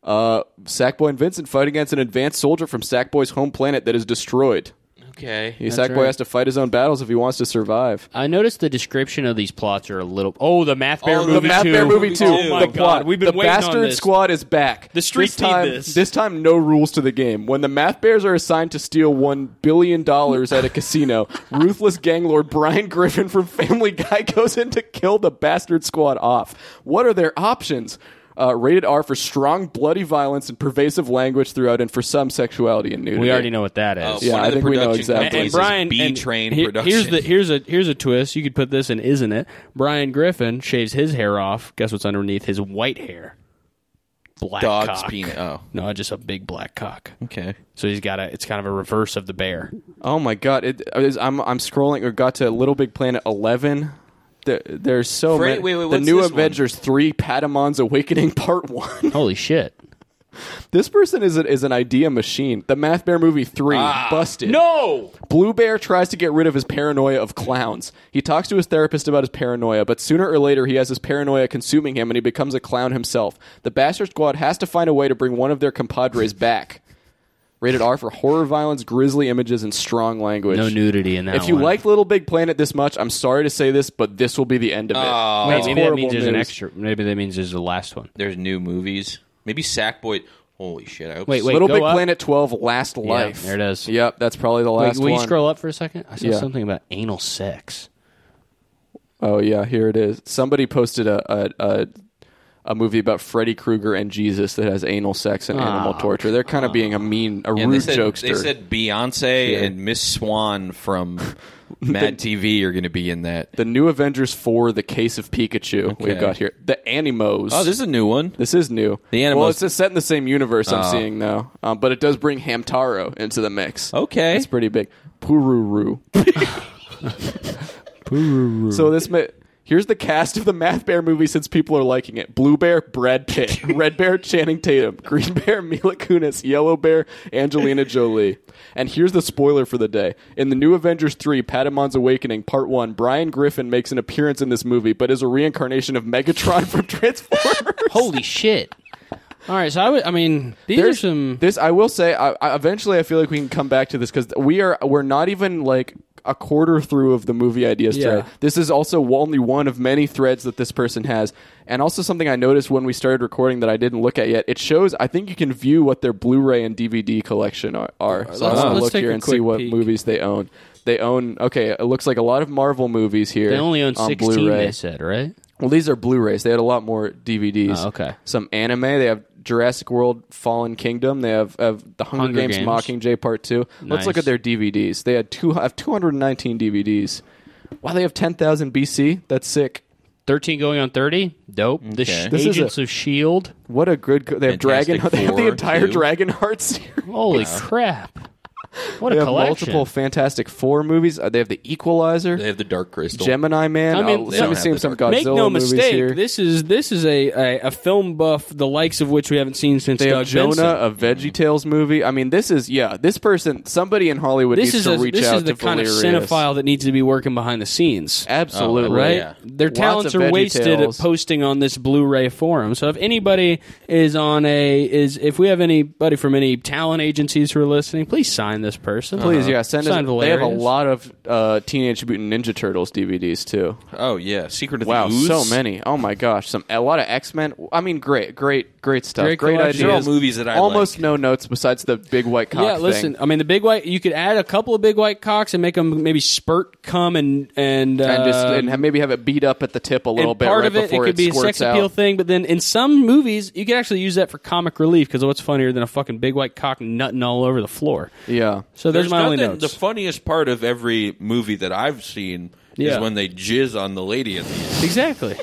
S5: Uh, Sackboy and Vincent fight against an advanced soldier from Sackboy's home planet that is destroyed.
S3: Okay,
S5: He, Sackboy has to fight his own battles if he wants to survive.
S2: I noticed the description of these plots are a little. Oh, the Math Bear
S3: Oh, the
S2: movie
S5: the Map
S2: too.
S5: Bear movie 2.
S4: Oh my
S5: the
S4: God,
S5: plot.
S4: we've been
S5: the
S4: waiting on
S5: Bastard
S4: this.
S5: Squad is back.
S4: The streets
S5: this time,
S4: need this.
S5: time, no rules to the game. When the Math Bears are assigned to steal $1 billion at a casino, ruthless gang lord Brian Griffin from Family Guy goes in to kill the Bastard Squad off. What are their options? Uh, rated R for strong, bloody violence and pervasive language throughout, and for some sexuality and nudity.
S4: We already know what that is.
S3: Oh,
S5: Yeah,
S3: one
S5: I
S3: of the
S5: think we know
S3: production
S5: exactly.
S4: and, and
S3: companies is
S4: Brian
S3: B
S4: and
S3: Train
S4: he-
S3: Production.
S4: Here's the here's a here's a twist. You could put this in, isn't it? Brian Griffin shaves his hair off. Guess what's underneath his white hair? Black
S3: dog's
S4: cock.
S3: penis. Oh,
S4: No, just a big black cock.
S3: okay.
S4: So he's got a. It's kind of a reverse of the bear.
S5: Oh my god! It, is, I'm I'm scrolling or got to Little Big Planet eleven. There, there's so
S3: Fra-
S5: many.
S3: wait, wait,
S5: the
S3: what's
S5: new
S3: this one?
S5: Avengers three, Patamon's Awakening Part One.
S4: Holy shit!
S5: this person is a, is an idea machine. The Math Bear movie three,
S3: Ah.
S5: busted.
S4: No.
S5: Blue Bear tries to get rid of his paranoia of clowns. He talks to his therapist about his paranoia, but sooner or later he has his paranoia consuming him, and he becomes a clown himself. The Bastard Squad has to find a way to bring one of their compadres back. Rated R for horror, violence, grisly images, and strong language.
S2: No nudity in that.
S5: If you
S2: one.
S5: like Little Big Planet this much, I'm sorry to say this, but this will be the end of it.
S3: Oh.
S5: That's
S4: maybe that
S5: horrible
S4: means there's an
S5: news.
S4: extra. Maybe that means there's the last one.
S3: There's new movies. Maybe Sackboy. Holy shit! I hope
S4: Wait, wait.
S5: Little
S4: go
S5: Big
S4: up.
S5: Planet 12, Last Life.
S4: there it is.
S5: Yep, that's probably the
S4: Wait,
S5: last
S4: will you
S5: one.
S4: scroll up for a second? I saw
S5: Yeah.
S4: something about anal sex.
S5: Oh yeah, here it is. Somebody posted a a, a, a movie about Freddy Krueger and Jesus that has anal sex and animal torture. They're kind of being a mean, a
S3: And
S5: rude
S3: Ah. they said,
S5: jokester.
S3: They said Beyonce and Miss Swan from Mad TV are going to be in that.
S5: the New Avengers 4, The Case of Pikachu. We've
S3: Okay.
S5: got here the Animos.
S3: Oh, this is a new one.
S5: This is new.
S3: The Ah. Animals-
S5: Well, it's just set in the same universe I'm seeing now, um, but it does bring Hamtaro into the mix.
S3: Okay.
S5: it's pretty big. Pururu. Pururu. So this ma- here's the cast of the Math Bear movie since people are liking it: Blue Bear, Brad Pitt; Red Bear, Channing Tatum; Green Bear, Mila Kunis; Yellow Bear, Angelina Jolie. And here's the spoiler for the day: in the new Avengers three, Patamon's Awakening Part One, Brian Griffin makes an appearance in this movie, but is a reincarnation of Megatron from Transformers.
S4: Holy shit! All right, so I would. I mean, these
S5: There's
S4: are some.
S5: This I will say. I, I eventually I feel like we can come back to this because we are we're not even like a quarter through of the movie ideas thread. This is also only one of many threads that this person has, and also something I noticed when we started recording that I didn't look at yet. It shows. I think you can view what their Blu-ray and DVD collection are. are. So I
S4: let's-
S5: want to
S4: let's
S5: look
S4: take
S5: here
S4: a
S5: and see
S4: quick
S5: what
S4: peek.
S5: movies they own. They own okay. It looks like a lot of Marvel movies here.
S4: They only own
S5: on
S4: 16
S5: Blu-ray.
S4: They said right.
S5: Well, these are Blu-rays. They had a lot more DVDs.
S4: Oh, okay.
S5: Some anime. They have Jurassic World: Fallen Kingdom. They have, have the Hunger,
S4: Hunger
S5: Games,
S4: Games.
S5: Mockingjay Part Two. Let's look
S4: Nice.
S5: at their DVDs. They had two have 219 DVDs. Wow, they have 10,000 BC. That's sick.
S4: 13 going on 30. Dope. The
S3: Okay.
S4: sh-
S5: This is
S4: Agents of Shield.
S5: What a good. Co- they have
S3: Fantastic
S5: Dragon. They have the
S3: Four,
S5: entire
S3: too.
S5: Dragon Heart series.
S4: Holy crap.
S2: What
S5: They
S2: a
S5: have
S2: collection.
S5: multiple Fantastic Four movies. Uh, They have the Equalizer,
S3: They have the Dark Crystal.
S5: Gemini Man.
S4: I mean,
S5: uh,
S4: they
S5: some-
S3: don't
S5: same-
S3: have the
S5: some
S3: dark-
S5: Godzilla
S4: Make no
S5: movies
S4: mistake,
S5: here.
S4: this is this is a, a, a film buff the likes of which we haven't seen since
S5: they
S4: Doug
S5: have Jonah,
S4: Benson.
S5: a
S3: Mm-hmm.
S5: Veggie Tales movie. I mean, this is yeah. This person, somebody in Hollywood
S4: This
S5: needs
S4: is
S5: to
S4: a,
S5: reach
S4: this
S5: out
S4: is the
S5: to
S4: kind of
S5: Valerius.
S4: cinephile that needs to be working behind the scenes.
S5: Absolutely
S4: right?
S3: Yeah.
S4: Their
S5: Lots
S4: talents
S5: of
S4: are wasted
S5: VeggieTales.
S4: at posting on this Blu-ray forum. So if anybody is on a is if we have anybody from any talent agencies who are listening, please sign this person.
S5: Uh-huh. Please, yeah, send us.
S4: Sign
S5: They have a
S4: Uh-huh. Valerius.
S5: lot of uh, Teenage Mutant Ninja Turtles DVDs too.
S3: Oh yeah, Secret of
S5: Wow,
S3: the Ooze.
S5: so many. Oh my gosh, some a lot of X Men. I mean, great, great, great stuff.
S4: Great
S5: Great,
S4: collection.
S5: ideas.
S4: They're all
S3: movies that I
S5: almost
S3: like.
S5: no notes besides the big white cock.
S4: yeah, listen.
S5: thing.
S4: I mean, the big white. You could add a couple of big white cocks and make them maybe spurt cum and and, uh,
S5: and just and ha- maybe have it beat up at the tip a little
S4: and
S5: bit
S4: part
S5: right
S4: of it, it
S5: before
S4: could be a
S5: squirts
S4: sex appeal
S5: out.
S4: thing, but then in some movies, you could actually use that for comic relief because what's funnier than a fucking big white cock nutting all over the floor?
S5: Yeah,
S4: So there's, my only
S3: nothing-
S4: notes.
S3: The funniest part of every movie that I've seen
S4: Yeah.
S3: is when they jizz on the lady at the end.
S4: exactly.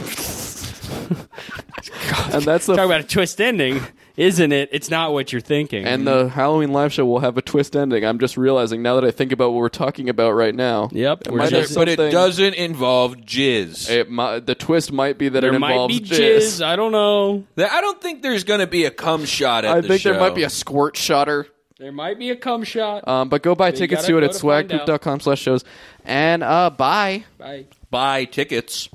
S5: and that's the
S4: Talk about a twist ending, isn't it? It's not what you're thinking.
S5: and the Halloween live show will have a twist ending. I'm just realizing now that I think about what we're talking about right now.
S4: Yep,
S5: it
S4: we're
S5: might
S3: But
S5: have
S3: it,
S4: just-
S3: but it
S5: something-
S3: doesn't involve jizz.
S5: It might, the twist might be that
S4: there
S5: it
S4: might
S5: involves
S4: be jizz. I don't know.
S3: That- I don't think there's going to be a cum shot at
S5: I
S3: the
S5: think there
S3: show.
S5: might be a squirt shotter.
S4: There might be a cum shot.
S5: Um, but go buy tickets
S4: gotta
S5: to it
S4: go
S5: at
S4: to find out.
S5: swaggroup.com slash shows. And uh, bye.
S4: Bye.
S3: buy tickets.